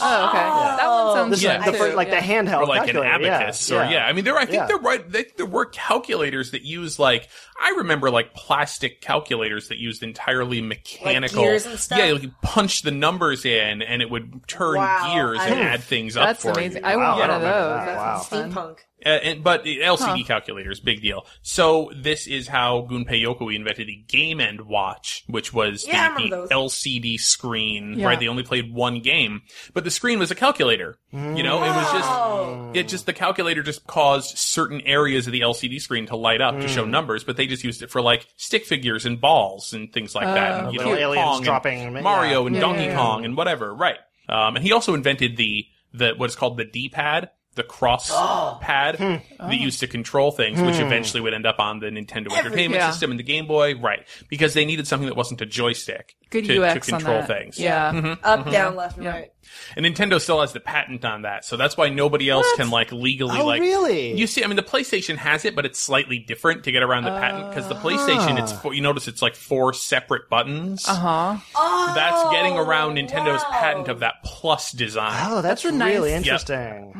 Speaker 3: that? oh, okay, that one sounds
Speaker 2: This is
Speaker 4: Yeah.
Speaker 2: like the,
Speaker 3: fun
Speaker 2: fir-
Speaker 3: too,
Speaker 2: like
Speaker 3: yeah.
Speaker 2: the handheld,
Speaker 4: Or like an
Speaker 2: calculator, yeah,
Speaker 4: abacus, or yeah. I mean, there. I think
Speaker 2: Yeah.
Speaker 4: there were I think there were calculators that use like I remember like plastic calculators that used entirely mechanical.
Speaker 1: gears and stuff?
Speaker 4: Yeah, like you punch the numbers in, and it would turn
Speaker 1: Wow,
Speaker 4: gears
Speaker 1: I
Speaker 4: and
Speaker 1: don't-
Speaker 4: add things up
Speaker 3: That's
Speaker 4: for
Speaker 3: amazing.
Speaker 4: you.
Speaker 3: I want
Speaker 2: Wow, I
Speaker 3: one
Speaker 2: don't
Speaker 3: of
Speaker 2: remember
Speaker 3: those.
Speaker 2: that.
Speaker 3: That
Speaker 2: Wow.
Speaker 3: sounds fun.
Speaker 1: Steampunk.
Speaker 4: Uh, and, but the LCD calculators, big deal. So this is how Gunpei Yokoi invented the Game End Watch, which was
Speaker 1: Yeah, I
Speaker 4: the,
Speaker 1: remember
Speaker 4: the
Speaker 1: those.
Speaker 4: LCD screen,
Speaker 3: Yeah.
Speaker 4: right? They only played one game, but the screen was a calculator. You know, it was
Speaker 1: Oh.
Speaker 4: just, it just, the calculator just caused certain areas of the LCD screen to light up to show numbers, but they just used it for like stick figures and balls and things like that.
Speaker 3: Oh,
Speaker 4: And, you know,
Speaker 2: Little aliens
Speaker 4: Pong and
Speaker 2: dropping-
Speaker 4: Mario
Speaker 2: yeah.
Speaker 4: and
Speaker 3: Yeah,
Speaker 4: Donkey
Speaker 3: yeah, yeah.
Speaker 4: Kong and whatever, right? Um, and he also invented the the what is called the D pad, the cross
Speaker 3: Hmm.
Speaker 4: pad
Speaker 3: Oh.
Speaker 4: that used to control things, which eventually would end up on the Nintendo Entertainment
Speaker 3: yeah.
Speaker 4: System and the Game Boy, right? Because they needed something that wasn't a joystick
Speaker 3: Good
Speaker 4: to,
Speaker 3: UX
Speaker 4: to control
Speaker 3: on that.
Speaker 4: things. Mm-hmm.
Speaker 3: Yeah.
Speaker 1: Up, down, left, and
Speaker 3: Mm-hmm. Yeah.
Speaker 1: right.
Speaker 4: And Nintendo still has the patent on that, so that's why nobody else can like legally
Speaker 2: Oh,
Speaker 4: like
Speaker 2: really?
Speaker 4: You see, I mean, the PlayStation has it, but it's slightly different to get around the patent because the PlayStation,
Speaker 2: Ah.
Speaker 4: it's four, you notice it's like four separate buttons.
Speaker 2: Uh-huh.
Speaker 3: Uh huh.
Speaker 1: Oh,
Speaker 4: That's getting around Nintendo's
Speaker 1: wow.
Speaker 4: patent of that plus design.
Speaker 2: Oh, that's,
Speaker 3: That's a nice-
Speaker 2: really
Speaker 3: Yep.
Speaker 2: interesting.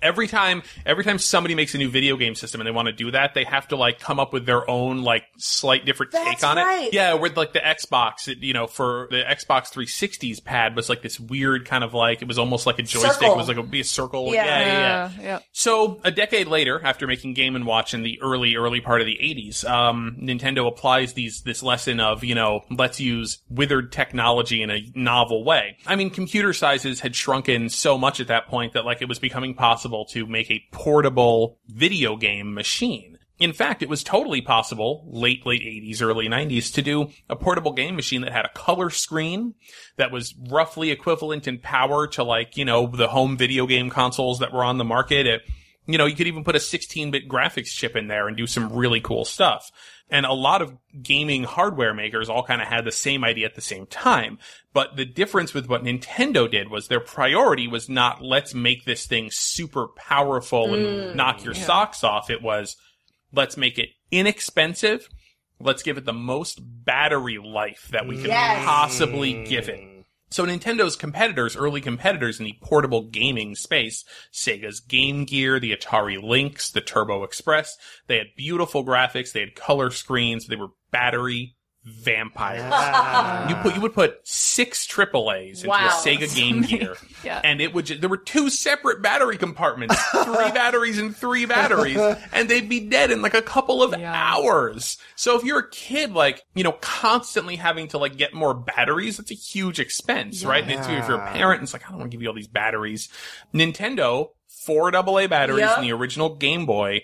Speaker 4: Every time, every time somebody makes a new video game system and they want to do that, they have to like come up with their own like slight different
Speaker 1: That's
Speaker 4: take on
Speaker 1: right.
Speaker 4: it. Yeah, with like the Xbox, it, you know, for the Xbox 360's pad was like this weird kind of of like it was almost like a joystick.
Speaker 1: Circle.
Speaker 4: It was like a, be a circle.
Speaker 1: Yeah.
Speaker 4: Yeah, yeah, yeah.
Speaker 3: Uh, yeah.
Speaker 4: So a decade later, after making Game and Watch in the early, early part of the '80s, um, Nintendo applies these this lesson of you know let's use withered technology in a novel way. I mean, computer sizes had shrunken so much at that point that like it was becoming possible to make a portable video game machine. In fact, it was totally possible, late, late 80s, early 90s, to do a portable game machine that had a color screen that was roughly equivalent in power to like, you know, the home video game consoles that were on the market. It, you know, you could even put a 16-bit graphics chip in there and do some really cool stuff. And a lot of gaming hardware makers all kind of had the same idea at the same time. But the difference with what Nintendo did was their priority was not let's make this thing super powerful and knock your socks off. It was, let's make it inexpensive. Let's give it the most battery life that we can
Speaker 1: Yes.
Speaker 4: possibly give it. So Nintendo's competitors, early competitors in the portable gaming space, Sega's Game Gear, the Atari Lynx, the Turbo Express, they had beautiful graphics, they had color screens, they were battery vampires.
Speaker 2: Ah.
Speaker 4: You put you would put six AAAs into
Speaker 1: Wow,
Speaker 4: a Sega Game Gear,
Speaker 3: Yeah.
Speaker 4: and it would. Just, there were two separate battery compartments, three batteries and three batteries, and they'd be dead in like a couple of
Speaker 3: Yeah.
Speaker 4: hours. So if you're a kid, like you know, constantly having to like get more batteries, that's a huge expense, right? And it's, if you're a parent, it's like I don't want to give you all these batteries. Nintendo four AA batteries
Speaker 1: Yeah.
Speaker 4: in the original Game Boy,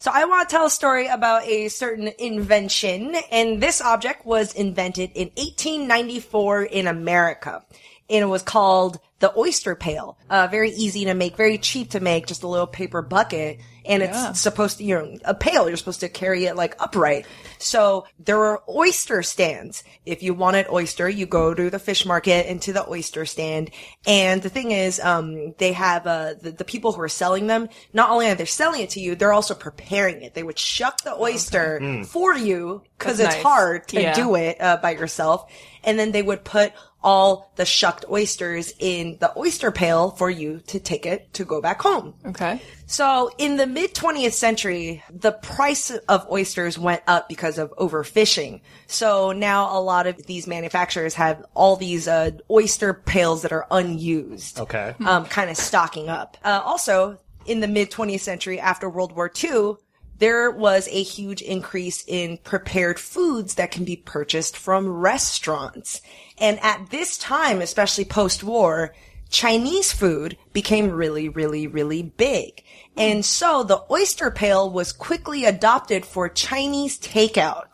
Speaker 1: So I want to tell a story about a certain invention, and this object was invented in 1894 in America. And it was called the oyster pail. Uh, very easy to make, very cheap to make, just a little paper bucket. And it's supposed to, you know, a pail, you're supposed to carry it like upright. So there were oyster stands. If you wanted oyster, you go to the fish market and to the oyster stand. And the thing is, um, they have, uh, the, the people who are selling them, not only are they selling it to you, they're also preparing it. They would shuck the oyster for you because it's
Speaker 3: Hmm. That's nice.
Speaker 1: hard to
Speaker 3: Yeah.
Speaker 1: do it uh, by yourself. And then they would put all the shucked oysters in the oyster pail for you to take it to go back home.
Speaker 3: Okay.
Speaker 1: So in the mid 20th century, the price of oysters went up because of overfishing. So now a lot of these manufacturers have all these uh, oyster pails that are unused
Speaker 2: Okay.
Speaker 1: um, kind of stocking up. Uh, also, in the mid 20th century, after World War II, there was a huge increase in prepared foods that can be purchased from restaurants. And at this time, especially post war, Chinese food became really, really, really big. And so the oyster pail was quickly adopted for Chinese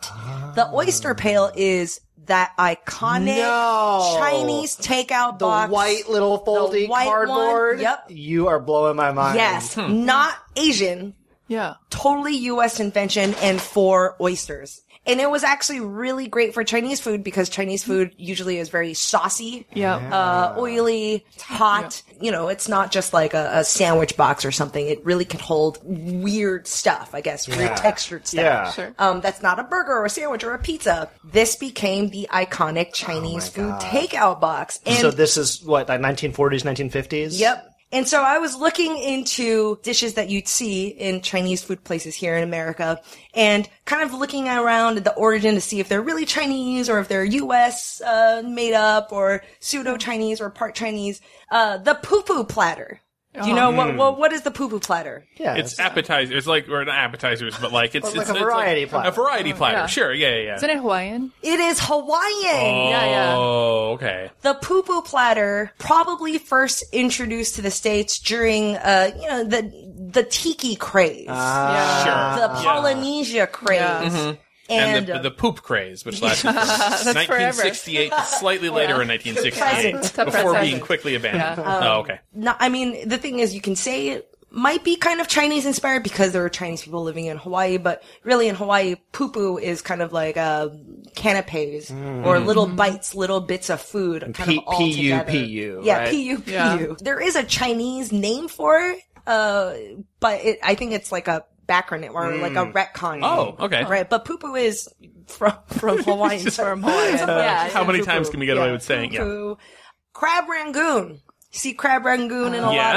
Speaker 1: takeout. The oyster pail is that iconic
Speaker 2: No.
Speaker 1: Chinese takeout
Speaker 2: The
Speaker 1: box.
Speaker 2: white little foldy
Speaker 1: The white one,
Speaker 2: cardboard. Hmm.
Speaker 1: yep.
Speaker 2: You are blowing my mind.
Speaker 1: Yes, not Asian,
Speaker 3: Yeah.
Speaker 1: totally US invention and for oysters. And it was actually really great for Chinese food because Chinese food usually is very saucy,
Speaker 3: Yeah.
Speaker 1: uh, oily, hot. You know, it's not just like a, a sandwich box or something. It really can hold weird stuff, I guess, weird textured stuff.
Speaker 2: Yeah.
Speaker 1: Um, that's not a burger or a sandwich or a pizza. This became the iconic Chinese food takeout box. And
Speaker 2: Oh so this is what like 1940s, 1950s.
Speaker 1: Yep. And so I was looking into dishes that you'd see in Chinese food places here in America and kind of looking around at the origin to see if they're really Chinese or if they're US uh, made up or pseudo Chinese or part Chinese. Uh, the poo poo platter. Do you know what, what, what is the poo poo platter?
Speaker 2: Yeah.
Speaker 4: It's appetizer. It's like or not appetizers, but like it's
Speaker 2: But like
Speaker 4: it's
Speaker 2: a
Speaker 4: it's
Speaker 2: variety platter. Oh,
Speaker 4: A variety platter.
Speaker 3: yeah.
Speaker 4: Sure. Yeah. Yeah.
Speaker 3: Isn't
Speaker 4: yeah.
Speaker 3: it Hawaiian?
Speaker 1: It is Hawaiian.
Speaker 3: Yeah, yeah.
Speaker 4: Oh, okay.
Speaker 1: the poo poo platter probably first introduced to the states during uh you know the the tiki craze
Speaker 3: Yeah.
Speaker 1: the
Speaker 4: Yeah.
Speaker 1: polynesia craze
Speaker 4: Ah. And,
Speaker 1: and,
Speaker 4: the,
Speaker 1: uh,
Speaker 4: the poop craze, which lasted from 1968, to slightly later in 1968,
Speaker 3: To
Speaker 4: before
Speaker 3: present.
Speaker 4: being quickly abandoned. oh, okay.
Speaker 1: no, I mean, the thing is, you can say it might be kind of Chinese inspired because there are Chinese people living in Hawaii, but really in Hawaii, poo poo is kind of like uh, canapes or little
Speaker 4: Mm-hmm.
Speaker 1: bites, little bits of food, kind
Speaker 2: Mm. P-
Speaker 1: of all together.
Speaker 2: PUPU,
Speaker 1: Yeah,
Speaker 2: right?
Speaker 1: PU, PU.
Speaker 3: Yeah.
Speaker 1: There is a Chinese name for it, uh, but it, I think it's like a backronym or like
Speaker 2: Mm.
Speaker 1: a retcon.
Speaker 4: Oh,
Speaker 1: name,
Speaker 4: okay.
Speaker 1: Right, but poo poo is from from Hawaiian.
Speaker 3: From Hawaiian. yeah.
Speaker 4: How many times can we get away with saying yeah?
Speaker 1: Poo-poo. Crab Rangoon. See Crab Rangoon in a lot of
Speaker 4: Yeah.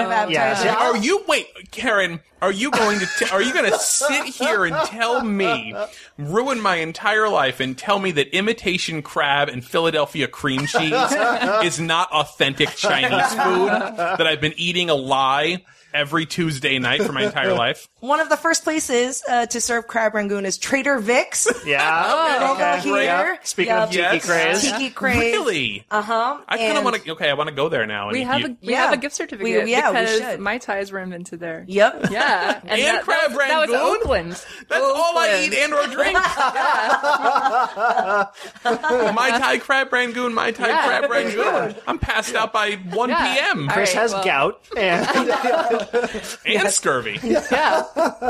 Speaker 1: advertisements.
Speaker 2: Yeah.
Speaker 4: Are you wait, Karen? Are you going to t- are you going to sit here and tell me ruin my entire life and tell me that imitation crab and Philadelphia cream cheese is not authentic Chinese food that I've been eating a lie every Tuesday night for my entire life?
Speaker 1: One of the first places uh, to serve Crab Rangoon is Trader Vic's.
Speaker 2: Yeah.
Speaker 1: Oh, Over
Speaker 2: Okay.
Speaker 1: here.
Speaker 2: Yeah. Speaking of
Speaker 1: Yup.
Speaker 2: tiki craze.
Speaker 4: Yes.
Speaker 1: Tiki craze.
Speaker 4: Really?
Speaker 1: Uh huh.
Speaker 4: I kind of want to. Okay, I want to go there now.
Speaker 3: Uh-huh. We
Speaker 4: and
Speaker 3: have
Speaker 4: you-
Speaker 3: a we
Speaker 1: Yeah.
Speaker 3: have a gift certificate
Speaker 1: We- yeah, we
Speaker 3: because
Speaker 1: should.
Speaker 3: my ties were invented there.
Speaker 1: Yep.
Speaker 3: Yeah. And, that,
Speaker 4: crab
Speaker 3: that, that was
Speaker 4: Rangoon?
Speaker 3: Oakland.
Speaker 4: That's all I
Speaker 3: Oakland.
Speaker 4: eat and or drink. my Thai crab rangoon, my Thai
Speaker 3: Yeah.
Speaker 4: crab rangoon. I'm passed out by 1
Speaker 3: Yeah.
Speaker 4: p.m.
Speaker 3: All
Speaker 2: Chris
Speaker 3: right,
Speaker 2: has
Speaker 3: well-
Speaker 2: gout and
Speaker 4: and scurvy.
Speaker 3: Yeah.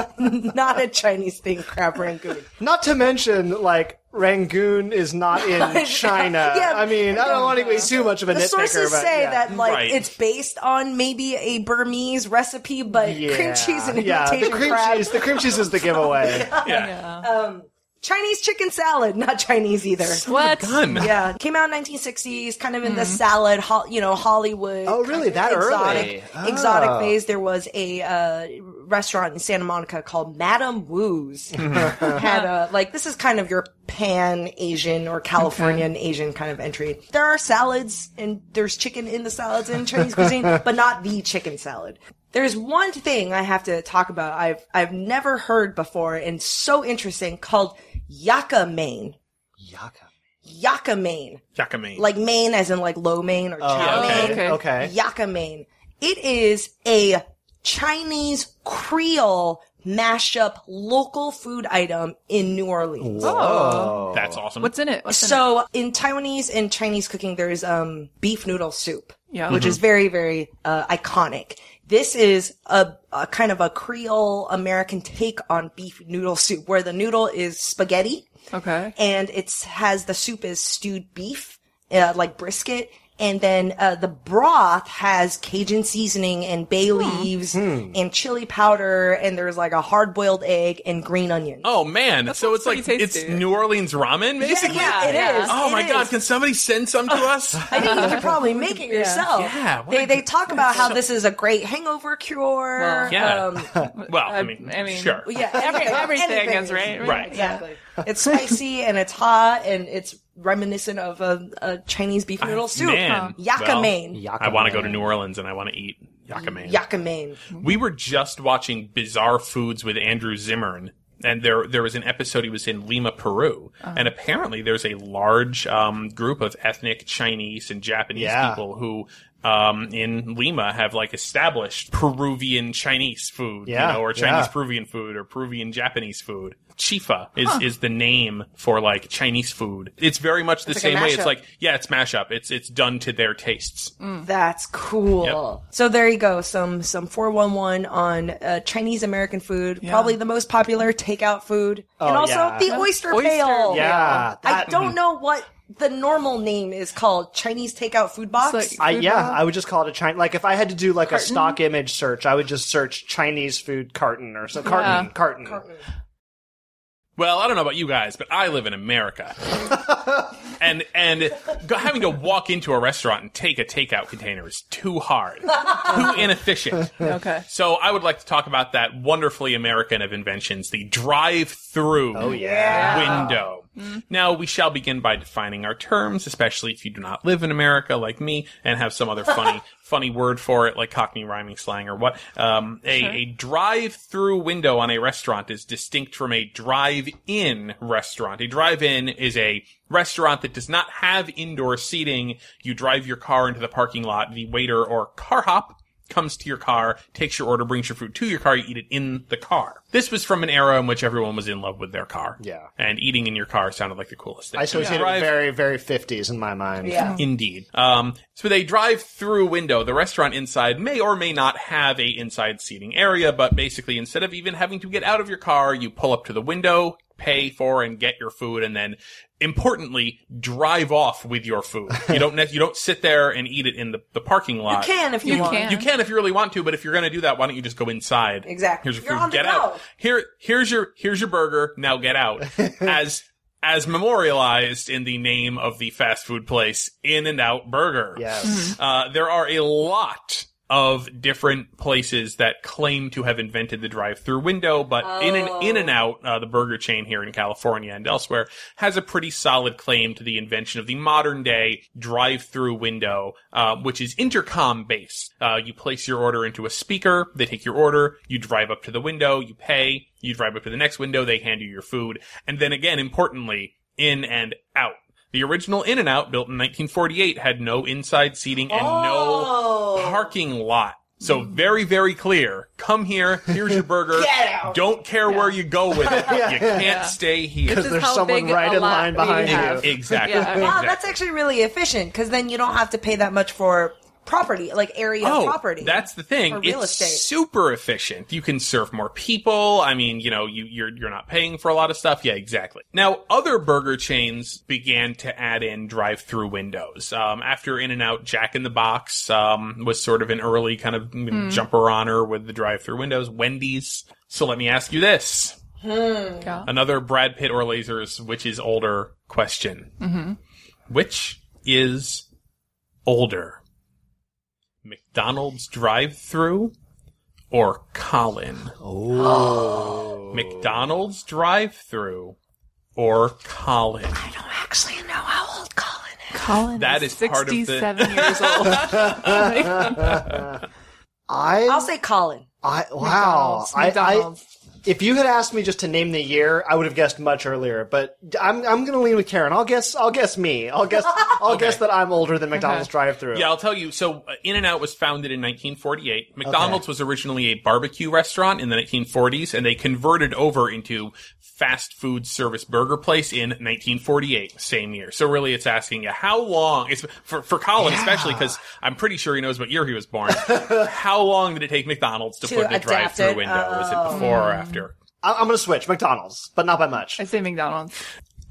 Speaker 1: Not a Chinese thing, Crab Rangoon.
Speaker 2: Not to mention, like, Rangoon is not in China.
Speaker 1: Yeah.
Speaker 2: I mean, I don't want to be too much of a
Speaker 1: The
Speaker 2: nitpicker,
Speaker 1: sources
Speaker 2: but
Speaker 1: say
Speaker 2: yeah.
Speaker 1: that like
Speaker 4: Right.
Speaker 1: it's based on maybe a Burmese recipe, but cream cheese and
Speaker 2: yeah.
Speaker 1: imitation
Speaker 2: the cream
Speaker 1: crab.
Speaker 2: cheese. The cream cheese is the giveaway.
Speaker 4: Yeah.
Speaker 1: Chinese chicken salad, not Chinese either.
Speaker 3: What?
Speaker 4: Done.
Speaker 1: Yeah, came out in 1960s, kind of in the
Speaker 2: Mm-hmm.
Speaker 1: salad, ho- you know, Hollywood.
Speaker 2: Oh, really?
Speaker 1: kind of
Speaker 2: That
Speaker 1: exotic,
Speaker 2: early?
Speaker 1: Exotic
Speaker 2: Oh.
Speaker 1: phase. There was a uh, restaurant in Santa Monica called Madame Woo's had a like this is kind of your pan Asian or Californian Asian kind of entry. There are salads and there's chicken in the salads in Chinese cuisine, but not the chicken salad. There's one thing I have to talk about I've I've never heard before and so interesting called Yaka Main. Yaka Main.
Speaker 4: Yucca me.
Speaker 1: Like Maine as in like low Maine or chow
Speaker 3: Oh, okay.
Speaker 1: mein.
Speaker 3: Okay.
Speaker 2: Okay.
Speaker 1: Yaka Main. It is a Chinese Creole mashup local food item in New Orleans.
Speaker 3: Oh.
Speaker 4: That's awesome.
Speaker 3: What's in it? What's in
Speaker 1: So in Taiwanese and Chinese cooking, there's um beef noodle soup,
Speaker 3: Yeah.
Speaker 1: which is very very uh, iconic. This is a, a kind of a Creole American take on beef noodle soup, where the noodle is spaghetti
Speaker 3: it? Okay.
Speaker 1: and it's has the soup is stewed beef, uh, like brisket, and then uh, the broth has Cajun seasoning and bay
Speaker 4: Hmm.
Speaker 1: leaves and chili powder, and there's like a hard boiled egg and green onions.
Speaker 4: Oh man! So it's like
Speaker 3: pretty
Speaker 4: it's
Speaker 3: tasty.
Speaker 4: New Orleans ramen, basically.
Speaker 1: yeah, it
Speaker 3: yeah.
Speaker 1: is.
Speaker 4: Oh
Speaker 1: It
Speaker 4: my
Speaker 1: is.
Speaker 4: god! Can somebody send some to us?
Speaker 1: I think you could probably make it yourself.
Speaker 4: Yeah, what
Speaker 1: they
Speaker 4: a-
Speaker 1: they talk about how this is a great hangover cure.
Speaker 3: Well,
Speaker 4: Yeah.
Speaker 1: um,
Speaker 4: well, I mean,
Speaker 3: I mean-
Speaker 4: sure.
Speaker 1: yeah,
Speaker 3: Every,
Speaker 1: anything-
Speaker 3: everything,
Speaker 1: anything
Speaker 3: is right.
Speaker 4: Right.
Speaker 1: Exactly. It's spicy and it's hot and it's reminiscent of a, a Chinese beef noodle soup.
Speaker 4: man. Well,
Speaker 1: Yakamain.
Speaker 4: I want to go to New Orleans and I want to eat yucca man.
Speaker 1: Yakamain.
Speaker 3: Mm-hmm.
Speaker 4: We were just watching Bizarre Foods with Andrew Zimmern, and there there was an episode he was in Lima, Peru,
Speaker 1: Oh.
Speaker 4: and apparently there's a large um, group of ethnic Chinese and Japanese
Speaker 2: Yeah.
Speaker 4: people who. Um, in Lima, have like established Peruvian Chinese food,
Speaker 2: Yeah,
Speaker 4: you know, or
Speaker 2: yeah.
Speaker 4: Chinese Peruvian food, or Peruvian Japanese food. Chifa is, is the name for like Chinese food. It's very much the
Speaker 1: It's like a
Speaker 4: same way. It's
Speaker 1: mashup.
Speaker 4: like yeah, it's mashup. It's it's done to their tastes.
Speaker 1: That's cool. So there you go. Some some 411 on uh, Chinese American food, probably the most popular takeout food. and also
Speaker 2: yeah.
Speaker 1: the oyster,
Speaker 3: Oyster
Speaker 1: pail.
Speaker 2: Yeah,
Speaker 1: I
Speaker 2: that-
Speaker 1: don't know what the normal name is called Chinese takeout food box.
Speaker 3: It's like-
Speaker 2: I, yeah, I would just call it a Chinese. Like if I had to do like a stock image search, I would just search Chinese food carton or so carton,
Speaker 3: Yeah.
Speaker 2: carton.
Speaker 4: Well, I don't know about you guys, but I live in America. and and go, having to walk into a restaurant and take a takeout container is too hard, too inefficient.
Speaker 3: Okay.
Speaker 4: So I would like to talk about that wonderfully American of inventions, the drive-through window. Now we shall begin by defining our terms, especially if you do not live in America like me and have some other funny funny word for it, like Cockney rhyming slang or what. Um, a, a drive-through window on a restaurant is distinct from a drive-in restaurant. A drive-in is a restaurant that does not have indoor seating. You drive your car into the parking lot. The waiter or car hop comes to your car, takes your order, brings your food to your car, you eat it in the car. This was from an era in which everyone was in love with their car.
Speaker 2: Yeah.
Speaker 4: And eating in your car sounded like the coolest thing.
Speaker 2: I associate it
Speaker 4: Drive-
Speaker 2: with very, very fifties in my mind.
Speaker 1: Yeah.
Speaker 4: Indeed. Um, so with a drive-through window, the restaurant inside may or may not have a inside seating area, but basically instead of even having to get out of your car, you pull up to the window, pay for and get your food, and then importantly, drive off with your food. You don't, ne- you don't sit there and eat it in the, the parking lot.
Speaker 1: Can if you,
Speaker 3: You
Speaker 1: want.
Speaker 3: can.
Speaker 4: You can if you really want to, but if you're going to do that, why don't you just go inside?
Speaker 1: Exactly.
Speaker 4: Here's your
Speaker 1: You're
Speaker 4: food.
Speaker 1: on the
Speaker 4: Get
Speaker 1: go.
Speaker 4: out. Here, here's your here's your burger. Now get out. as as memorialized in the name of the fast food place, In and Out Burger.
Speaker 2: Yes.
Speaker 4: Uh, there are a lot of different places that claim to have invented the drive-through window, but in an in and out, uh, the burger chain here in California and elsewhere has a pretty solid claim to the invention of the modern day drive-through window, uh, which is intercom based. Uh, you place your order into a speaker, they take your order, you drive up to the window, you pay, you drive up to the next window, they hand you your food, and then again, importantly, in and out. The original In and Out, built in 1948, had no inside seating and
Speaker 1: Oh.
Speaker 4: no parking lot. So very, very clear. Come here. Here's your burger. Don't care where you go with it. You can't stay here.
Speaker 3: This is
Speaker 2: there's
Speaker 3: how
Speaker 2: someone
Speaker 3: big
Speaker 2: right
Speaker 3: a
Speaker 2: in
Speaker 3: lot
Speaker 2: line
Speaker 3: we
Speaker 2: behind
Speaker 3: have.
Speaker 2: you.
Speaker 4: Exactly.
Speaker 3: Yeah.
Speaker 1: Wow,
Speaker 4: Exactly.
Speaker 1: that's actually really efficient because then you don't have to pay that much for property, like area property.
Speaker 4: Oh, That's the thing.
Speaker 1: Or real
Speaker 4: it's
Speaker 1: estate.
Speaker 4: super efficient. You can serve more people. I mean, you know, you, you're you're not paying for a lot of stuff. Yeah, exactly. Now, other burger chains began to add in drive-through windows. Um, after In and Out, Jack in the Box um, was sort of an early kind of you
Speaker 1: Hmm.
Speaker 4: know, jumper honor with the drive-through windows. Wendy's. So let me ask you this:
Speaker 1: Hmm.
Speaker 4: another Brad Pitt or lasers, which is older question. Which is older? McDonald's drive through or Colin? Oh. McDonald's drive through or Colin?
Speaker 1: actually know how old Colin is.
Speaker 3: Colin
Speaker 4: That
Speaker 3: is,
Speaker 4: is part of the-
Speaker 3: 67 years old.
Speaker 2: I,
Speaker 1: I'll say Colin.
Speaker 2: I wow.
Speaker 3: McDonald's,
Speaker 2: I, I,
Speaker 3: McDonald's.
Speaker 2: if you had asked me just to name the year, I would have guessed much earlier. But I'm I'm going to lean with Karen. I'll guess. I'll guess me. I'll guess. I'll guess that I'm older than McDonald's drive-through.
Speaker 4: Yeah, I'll tell you. So, uh, In and Out was founded in 1948. McDonald's was originally a barbecue restaurant in the 1940s, and they converted over into fast food service burger place in 1948, same year. So, really, it's asking you how long, it's, for, for Colin especially, because I'm pretty sure he knows what year he was born, how long did it take McDonald's to,
Speaker 1: To
Speaker 4: put in a
Speaker 1: adapt
Speaker 4: drive through
Speaker 1: it? Oh.
Speaker 4: window? Was it before or after?
Speaker 2: I, I'm going to switch McDonald's, but not by much.
Speaker 3: I say McDonald's.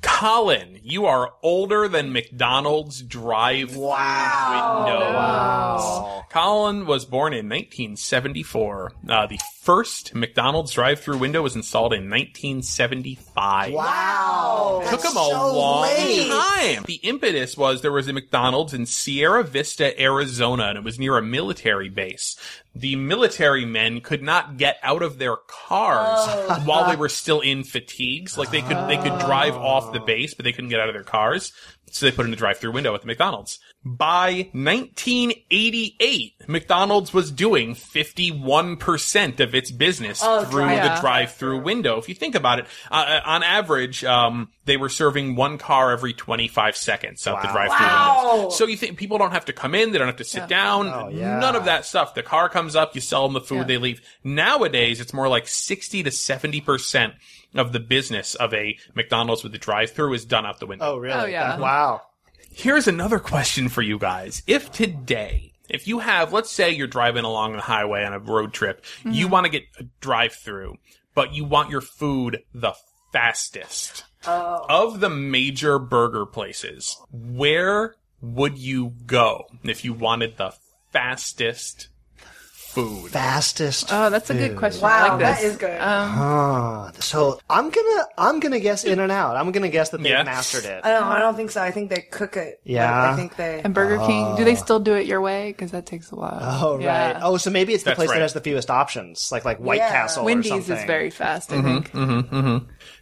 Speaker 4: Colin, you are older than McDonald's drive through window. Colin was born in 1974. Uh, the first McDonald's drive through window was installed in 1975.
Speaker 2: Wow.
Speaker 4: Took them a long time. The impetus was there was a McDonald's in Sierra Vista, Arizona, and it was near a military base. The military men could not get out of their cars while they were still in fatigues. Like they could, they could drive off the base, but they couldn't get out of their cars. So they put in a drive-through window at the McDonald's. By 1988, McDonald's was doing 51% of its business through the drive-through window. If you think about it, uh, uh, on average, um, they were serving one car every 25 seconds at the drive-through window. So you think people don't have to come in, they don't have to sit down, none of that stuff. The car comes up, you sell them the food, they leave. Nowadays, it's more like 60 to 70% of the business of a McDonald's with the drive-through is done out the window.
Speaker 2: Oh, really?
Speaker 3: Oh, yeah.
Speaker 2: That- wow.
Speaker 4: Here's another question for you guys. If today, if you have, let's say you're driving along the highway on a road trip, you want to get a drive through, but you want your food the fastest. Of the major burger places, where would you go if you wanted the fastest food?
Speaker 2: Fastest.
Speaker 3: Oh, that's a good question. I like this. Um,
Speaker 1: good.
Speaker 2: Ah, so I'm gonna I'm gonna guess In and Out. I'm gonna guess that they
Speaker 4: Yeah.
Speaker 2: have mastered it.
Speaker 3: Uh,
Speaker 1: I don't. I don't think so. I think they cook it.
Speaker 2: Yeah.
Speaker 1: I think they.
Speaker 3: And Burger King, do they still do it your way? Because that takes a while.
Speaker 2: Oh
Speaker 3: Yeah.
Speaker 2: right. Oh, so maybe it's the
Speaker 4: That's
Speaker 2: place
Speaker 4: right.
Speaker 2: that has the fewest options, like like White
Speaker 1: Yeah.
Speaker 2: Castle. or
Speaker 3: Wendy's
Speaker 2: something. Mm-hmm,
Speaker 3: is very fast, I think.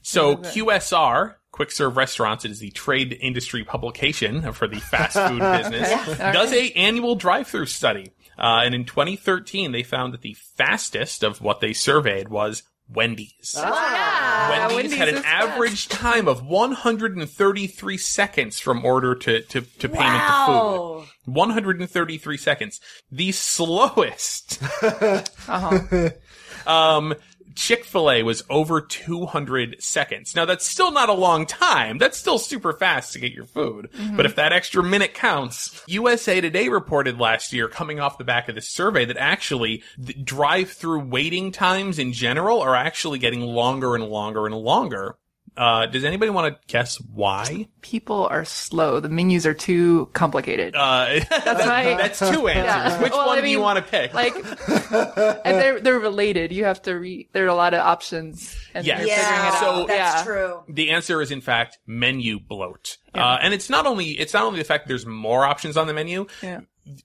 Speaker 4: So QSR, quick serve restaurants, it is the trade industry publication for the fast food business, does a annual drive-through study. Uh, and in 2013, they found that the fastest of what they surveyed was Wendy's. Wendy's,
Speaker 3: Ah. Wendy's
Speaker 4: had an
Speaker 3: is fast.
Speaker 4: average time of 133 seconds from order to, to, to payment to
Speaker 1: Wow.
Speaker 4: food. 133 seconds. The slowest. um, Chick fil A was over 200 seconds. Now, that's still not a long time. That's still super fast to get your food. But if that extra minute counts, USA Today reported last year, coming off the back of this survey, that actually the drive through waiting times in general are actually getting longer and longer and longer. Uh, does anybody want to guess why?
Speaker 3: People are slow. The menus are too complicated.
Speaker 4: Uh, that's,
Speaker 3: right.
Speaker 4: that's two answers.
Speaker 3: Yeah.
Speaker 4: Which
Speaker 3: Well,
Speaker 4: one
Speaker 3: I
Speaker 4: do you
Speaker 3: mean,
Speaker 4: want to pick?
Speaker 3: like, and they're they're related. You have to read. There are a lot of options. And
Speaker 4: Yes.
Speaker 3: they're
Speaker 4: Yeah,
Speaker 3: figuring it out.
Speaker 4: so-
Speaker 1: that's
Speaker 3: yeah.
Speaker 1: true.
Speaker 4: The answer is, in fact, menu bloat. Uh, and it's not only it's not only the fact that there's more options on the menu.
Speaker 3: Yeah.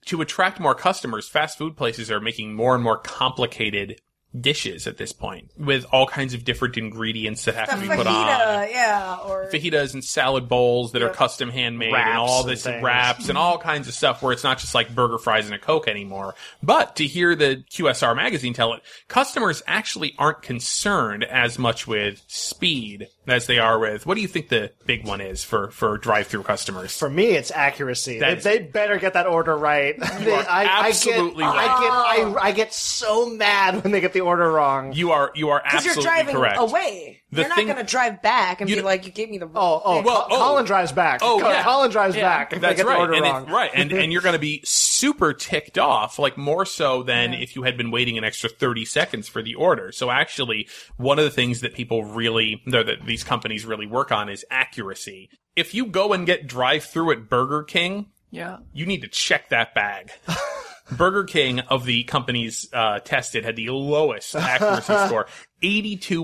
Speaker 4: To attract more customers, fast food places are making more and more complicated dishes at this point, with all kinds of different ingredients that have
Speaker 1: The
Speaker 4: to be put on.
Speaker 1: fajita, yeah, or
Speaker 4: Fajitas and salad bowls that are custom handmade and
Speaker 2: Wraps
Speaker 4: all
Speaker 2: and
Speaker 4: this
Speaker 2: things.
Speaker 4: wraps and all kinds of stuff where it's not just like burger fries and a Coke anymore. But to hear the QSR magazine tell it, customers actually aren't concerned as much with speed as they are with what do you think the big one is for, for drive through customers?
Speaker 2: For me, it's accuracy. They,
Speaker 4: That is-
Speaker 2: they better get that order right. They-
Speaker 4: are absolutely
Speaker 2: I
Speaker 4: right.
Speaker 2: get, I get, I, I get so mad when they get the order wrong.
Speaker 4: you are you are
Speaker 1: because you're
Speaker 4: absolutely
Speaker 1: driving
Speaker 4: correct.
Speaker 1: away.
Speaker 4: The
Speaker 1: you're
Speaker 4: thing-
Speaker 1: not going to drive back and
Speaker 4: You
Speaker 1: be
Speaker 4: d-
Speaker 1: like, "You gave me the wrong."
Speaker 2: Oh, oh, Col-
Speaker 4: Well, oh.
Speaker 2: Colin drives back.
Speaker 4: Oh,
Speaker 2: Col-
Speaker 4: yeah.
Speaker 2: Colin drives
Speaker 3: Yeah.
Speaker 2: back. If they
Speaker 4: That's
Speaker 2: get
Speaker 4: right.
Speaker 2: the order
Speaker 4: and it-
Speaker 2: wrong.
Speaker 4: right. And and you're going to be super ticked off, like more so than if you had been waiting an extra 30 seconds for the order. So actually, one of the things that people really no, that these companies really work on is accuracy. If you go and get drive through at Burger King,
Speaker 3: Yeah.
Speaker 4: you need to check that bag. Burger King of the companies uh, tested had the lowest accuracy score,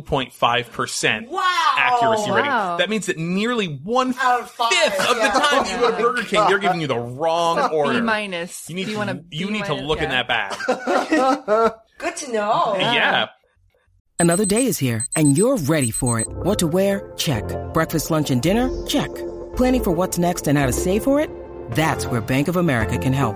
Speaker 4: 82.5%
Speaker 1: Wow.
Speaker 4: accuracy rating.
Speaker 3: Wow.
Speaker 4: That means that nearly one fifth
Speaker 1: Out
Speaker 4: of,
Speaker 1: of five,
Speaker 4: the
Speaker 3: Oh
Speaker 1: yeah.
Speaker 4: time you go to Burger King, they're giving you the wrong order.
Speaker 3: B minus.
Speaker 4: You need
Speaker 3: Do you
Speaker 4: to,
Speaker 3: want
Speaker 4: you need to look in that bag.
Speaker 1: Good to know.
Speaker 4: Yeah.
Speaker 5: Another day is here, and you're ready for it. What to wear? Check. Breakfast, lunch, and dinner? Check. Planning for what's next and how to save for it? That's where Bank of America can help.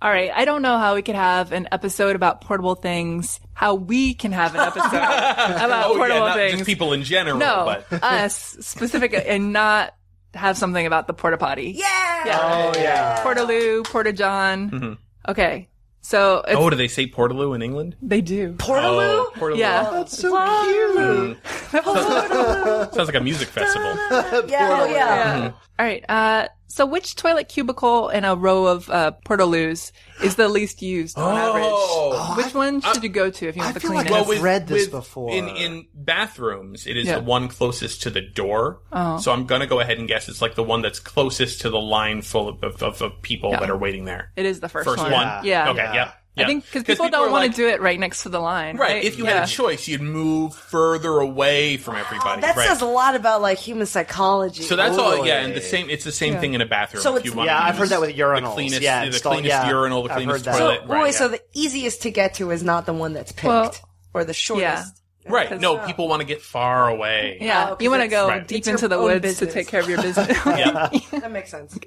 Speaker 3: All right, I don't know how we could have an episode about portable things. How we can have an episode about
Speaker 4: oh, yeah,
Speaker 3: portable
Speaker 4: not
Speaker 3: things?
Speaker 4: just people in general,
Speaker 3: no,
Speaker 4: but
Speaker 3: us specific and not have something about the porta potty.
Speaker 1: Yeah.
Speaker 3: Yeah.
Speaker 2: Oh yeah.
Speaker 3: Portaloo, Porta John. Okay. So it's,
Speaker 4: Mm-hmm. oh, do they say Portaloo in England?
Speaker 3: they do.
Speaker 1: Portaloo?
Speaker 4: Oh, Portaloo.
Speaker 3: yeah.
Speaker 2: That's so cute.
Speaker 4: Sounds like a music festival.
Speaker 1: Yeah, oh, yeah.
Speaker 3: Yeah. All right. Uh, so which toilet cubicle in a row of uh, Portaloos is the least used on
Speaker 4: Oh.
Speaker 3: average? Which one should you go to if you want the
Speaker 2: feel like
Speaker 3: cleanest?
Speaker 2: I've read this before.
Speaker 4: In, in bathrooms, it is
Speaker 3: Yeah. Oh.
Speaker 4: the one closest to the door. So I'm going to go ahead and guess it's like the one that's closest to the line full of, of, of, of people that are waiting there.
Speaker 3: it is the first,
Speaker 4: First
Speaker 3: one.
Speaker 4: one?
Speaker 3: Yeah.
Speaker 4: Okay, yeah.
Speaker 3: I think because people,
Speaker 4: are
Speaker 3: don't want
Speaker 4: like-
Speaker 3: to do it right next to the line. Right.
Speaker 4: Right. If you
Speaker 3: yeah.
Speaker 4: had a choice, you'd move further away from everybody.
Speaker 1: That
Speaker 4: right.
Speaker 1: says a lot about like human psychology.
Speaker 4: So that's all. Yeah,
Speaker 2: Totally.
Speaker 4: and the same. It's the same thing in a bathroom.
Speaker 1: So
Speaker 4: if
Speaker 1: it's-
Speaker 4: you want
Speaker 2: Yeah,
Speaker 4: to
Speaker 2: I've
Speaker 4: use
Speaker 2: heard that with urinals.
Speaker 4: The cleanest,
Speaker 2: Yeah,
Speaker 4: the
Speaker 2: it's called-
Speaker 4: cleanest
Speaker 2: yeah,
Speaker 4: urinal, the
Speaker 2: I've
Speaker 4: cleanest
Speaker 2: heard that.
Speaker 4: toilet.
Speaker 1: So,
Speaker 4: right,
Speaker 1: boy,
Speaker 4: yeah.
Speaker 1: so the easiest to get to is not the one that's picked
Speaker 3: Well-
Speaker 1: or the shortest.
Speaker 4: right. No, people want to get far away.
Speaker 1: Oh,
Speaker 3: Yeah,
Speaker 1: 'cause
Speaker 3: you want to
Speaker 1: it's-
Speaker 3: go
Speaker 4: Right.
Speaker 3: deep
Speaker 1: it's your
Speaker 3: into the
Speaker 1: own
Speaker 3: woods
Speaker 1: business.
Speaker 3: to take care of your business.
Speaker 4: Yeah.
Speaker 1: That makes sense.
Speaker 3: Uh,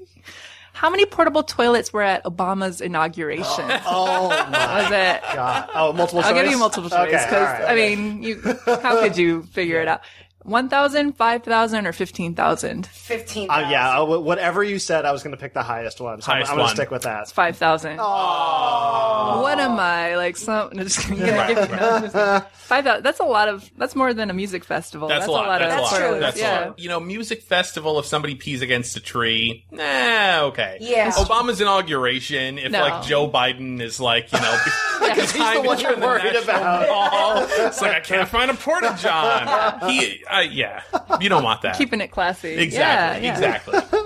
Speaker 3: How many portable toilets were at Obama's inauguration?
Speaker 2: Oh my
Speaker 3: Was it?
Speaker 2: god. Oh, multiple choice.
Speaker 3: I'll give you multiple choice
Speaker 2: Okay,
Speaker 3: because
Speaker 2: all right.
Speaker 3: I mean, you how could you figure it out? 1,000, 5,000, or 15,000?
Speaker 1: 15.
Speaker 2: Uh, yeah, uh, wh- whatever you said, I was going to pick the highest one. So I'm-
Speaker 4: Highest
Speaker 2: I'm, going
Speaker 4: one. Oh.
Speaker 2: to stick with that.
Speaker 3: 5,000. What am I? Like, some. No, just kidding. Yeah, give- no, just kidding. 5,000. That's a lot of. That's more than Oh, a music festival.
Speaker 4: That's, a lot.
Speaker 3: of.
Speaker 4: that's a lot.
Speaker 1: true.
Speaker 3: toilets,
Speaker 4: That's
Speaker 3: yeah.
Speaker 4: a lot. You know, music festival. If somebody pees against a tree, nah, okay.
Speaker 1: Yeah. That's
Speaker 4: Obama's inauguration. If
Speaker 3: No.
Speaker 4: like Joe Biden is like, you know, because
Speaker 2: he's the one you're worried about.
Speaker 4: it's like I can't find a porta john. He, uh, yeah, you don't want that.
Speaker 3: Keeping it classy.
Speaker 4: exactly,
Speaker 3: Yeah, yeah.
Speaker 4: exactly.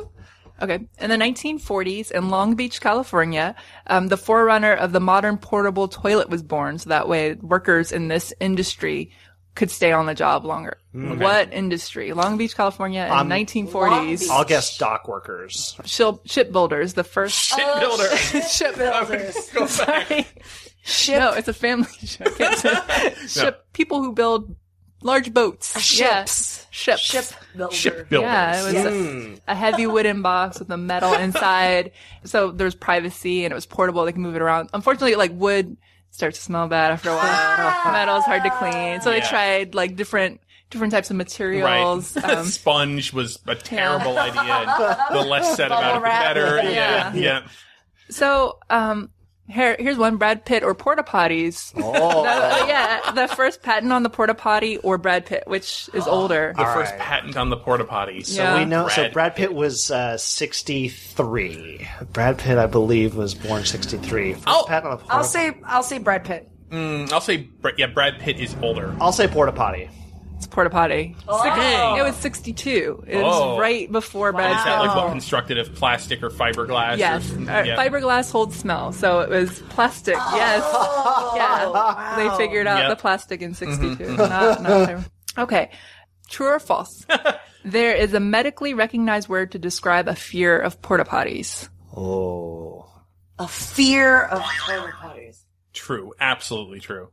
Speaker 3: Okay. In the 1940s in Long Beach, California, um, the forerunner of the modern portable toilet was born. So that way workers in this industry could stay on the job longer.
Speaker 4: Hmm.
Speaker 3: What industry? Long Beach, California in
Speaker 4: Um,
Speaker 3: 1940s.
Speaker 2: I'll guess dock workers.
Speaker 3: Shil- shipbuilders, the first
Speaker 4: Oh, Shipbuilder.
Speaker 3: shipbuilders.
Speaker 4: Go back.
Speaker 3: Ship. No, it's a family show. It's a- ship. People who build large boats.
Speaker 1: Uh, Ships.
Speaker 3: Yeah. Ships.
Speaker 1: Ship Hmm. builder.
Speaker 4: Shipbuilders.
Speaker 3: Yeah, it was a, a heavy wooden box with a metal inside. so there was privacy and it was portable. They could move it around. Unfortunately, like wood starts to smell bad after a
Speaker 1: Ah.
Speaker 3: while. Metal's hard to clean. So they
Speaker 4: Yeah.
Speaker 3: tried like different different types of materials.
Speaker 4: Right.
Speaker 3: Um,
Speaker 4: Sponge was a terrible idea. And the less said about it, the
Speaker 1: Bubble wrap.
Speaker 4: better.
Speaker 3: Yeah.
Speaker 4: Yeah. Yeah.
Speaker 3: so um, here, here's one: Brad Pitt or porta potties.
Speaker 2: Oh,
Speaker 3: Uh, yeah, the first patent on the porta potty or Brad Pitt, which is older.
Speaker 4: Ah. The first patent on the porta potty. So
Speaker 3: Yeah.
Speaker 2: we know. so
Speaker 4: Brad
Speaker 2: Brad Pitt was uh, 63. Brad Pitt, I believe, was born 63. First
Speaker 4: I'll-
Speaker 2: patent on the
Speaker 1: I'll
Speaker 2: porta-
Speaker 1: say I'll say Brad Pitt.
Speaker 4: I'll say, Br- yeah, Brad Pitt is older.
Speaker 2: I'll say porta potty.
Speaker 3: It's porta potty. Six- It was 62. It was
Speaker 4: Oh.
Speaker 3: right before Brad
Speaker 4: Is
Speaker 3: Pitt.
Speaker 4: that like what constructed of plastic or fiberglass?
Speaker 3: Yes.
Speaker 4: Or,
Speaker 3: Uh,
Speaker 4: yeah.
Speaker 3: Fiberglass holds smell, so it was plastic. Yes. Yeah. They figured out
Speaker 4: Yep. Mm-hmm.
Speaker 3: the plastic in 62. Not, not fiber. Okay. True or false? there is a medically recognized word to describe a fear of porta potties.
Speaker 2: Oh.
Speaker 1: A fear of toilet potties.
Speaker 4: True. Absolutely true.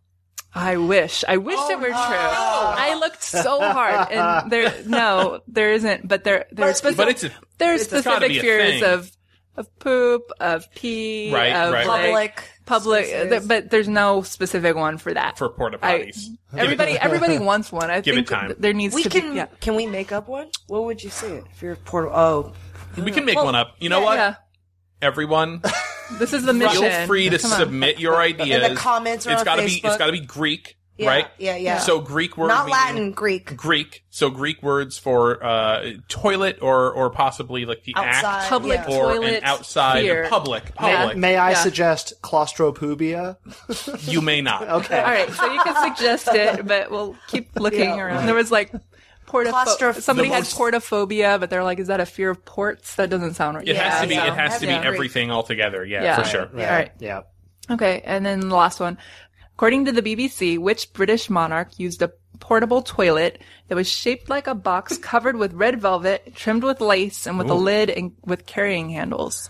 Speaker 3: I wish. I
Speaker 1: Oh,
Speaker 3: wish it were true. I looked so hard, and there no, there isn't. But there, there's
Speaker 1: But-
Speaker 4: But it's a,
Speaker 3: there's
Speaker 4: it's gotta
Speaker 3: specific
Speaker 4: be a
Speaker 3: fears
Speaker 4: thing.
Speaker 3: of of poop, of pee,
Speaker 4: Right,
Speaker 3: of
Speaker 4: right.
Speaker 3: like,
Speaker 1: Public
Speaker 3: public.
Speaker 1: spaces.
Speaker 3: th- but there's no specific one for that.
Speaker 4: for porta
Speaker 3: I-
Speaker 4: potties.
Speaker 3: everybody, everybody wants one. I
Speaker 4: Give it
Speaker 3: think
Speaker 4: time.
Speaker 3: th- there needs
Speaker 1: We
Speaker 3: to
Speaker 1: can
Speaker 3: be. Yeah.
Speaker 1: can we make up one? What would you say? If you're portal oh
Speaker 4: we can make one up. You know what?
Speaker 3: yeah,
Speaker 4: Everyone,
Speaker 3: this is the mission.
Speaker 4: Feel free to
Speaker 3: Come on.
Speaker 4: submit your ideas.
Speaker 1: In the comments or
Speaker 4: it's
Speaker 1: on
Speaker 4: gotta be it's
Speaker 1: Facebook.
Speaker 4: got to be Greek,
Speaker 1: Yeah,
Speaker 4: right?
Speaker 1: yeah, yeah.
Speaker 4: So Greek word
Speaker 1: not
Speaker 4: meaning-
Speaker 1: Latin, Greek.
Speaker 4: Greek. So Greek words for uh, toilet or or possibly like the
Speaker 1: Outside,
Speaker 4: act
Speaker 3: Public
Speaker 1: yeah.
Speaker 4: or
Speaker 3: toilet
Speaker 4: an outside
Speaker 3: fear.
Speaker 4: or public
Speaker 3: Yeah.
Speaker 4: public.
Speaker 2: May I
Speaker 3: Yeah.
Speaker 2: suggest claustropubia?
Speaker 4: You may not. okay.
Speaker 3: All right, so you can suggest it, but we'll keep looking around. There was like portapho-
Speaker 1: Claustroph-
Speaker 3: somebody
Speaker 4: The
Speaker 3: had
Speaker 4: most-
Speaker 3: portophobia, but they're like, is that a fear of ports? That doesn't sound right.
Speaker 4: It has to be.
Speaker 3: so-
Speaker 4: it has to be
Speaker 3: yeah.
Speaker 4: everything altogether. Yeah,
Speaker 3: Yeah.
Speaker 4: for sure.
Speaker 3: All right.
Speaker 2: Yeah.
Speaker 3: Okay, and then the last one. According to the BBC, which British monarch used a portable toilet that was shaped like a box covered with red velvet, trimmed with lace, and with a lid and with carrying handles?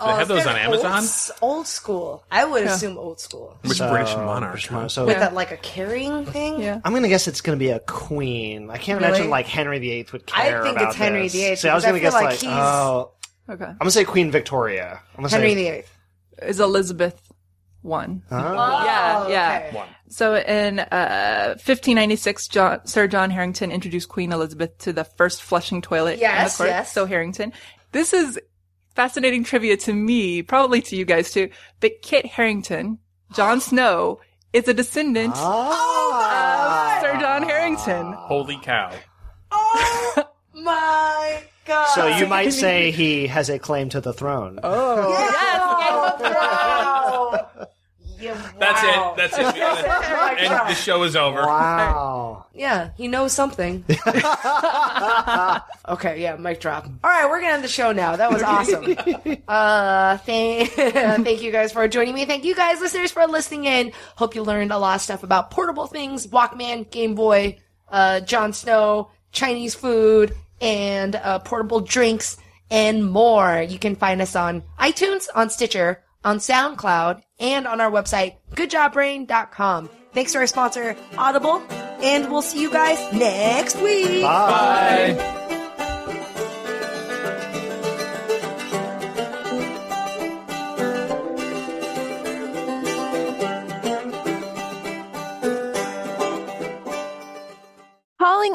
Speaker 4: They have those on Amazon.
Speaker 1: Oh, Old, s- old school. I would assume old school.
Speaker 4: Which British monarch? huh?
Speaker 2: Um, So
Speaker 1: With that, like a carrying thing?
Speaker 3: Yeah.
Speaker 2: I'm gonna guess it's gonna be a queen. I can't
Speaker 1: Really?
Speaker 2: imagine like Henry VIII would
Speaker 1: I
Speaker 2: care.
Speaker 1: think
Speaker 2: about
Speaker 1: it's Henry
Speaker 2: this.
Speaker 1: VIII,
Speaker 2: See, I was
Speaker 1: because I
Speaker 2: gonna
Speaker 1: feel
Speaker 2: guess
Speaker 1: like he's-
Speaker 2: like, oh,
Speaker 3: Okay.
Speaker 2: I'm gonna say Queen Victoria. I'm gonna
Speaker 1: Henry
Speaker 2: say
Speaker 1: VIII.
Speaker 3: Is Elizabeth one?
Speaker 2: Huh?
Speaker 3: yeah, yeah.
Speaker 1: Oh, okay.
Speaker 3: So in uh, 1596, John, Sir John Harrington introduced Queen Elizabeth to the first flushing toilet in
Speaker 1: Yes,
Speaker 3: the court.
Speaker 1: yes.
Speaker 3: So Harrington. This is fascinating trivia to me, probably to you guys too. But Kit Harrington, Jon Snow, is a descendant
Speaker 1: Ah.
Speaker 2: Ah.
Speaker 3: of Sir John Harrington.
Speaker 4: Holy cow!
Speaker 1: Oh my god.
Speaker 2: So you might say he has a claim to the throne. Oh,
Speaker 1: Yes, wow. Yeah,
Speaker 4: That's
Speaker 1: wow.
Speaker 4: it. That's it. We gotta- and the show is over.
Speaker 2: wow.
Speaker 1: Yeah, he knows something. okay, yeah, mic drop. All right, we're going to end the show now. That was awesome. Uh, thank, thank you guys for joining me. Thank you guys, listeners, for listening in. Hope you learned a lot of stuff about portable things, Walkman, Game Boy, uh, Jon Snow, Chinese food, and uh, portable drinks and more. You can find us on iTunes, on Stitcher, on SoundCloud, and on our website, goodjobbrain.com. Thanks to our sponsor, Audible, and we'll see you guys next week.
Speaker 4: Bye.
Speaker 6: Calling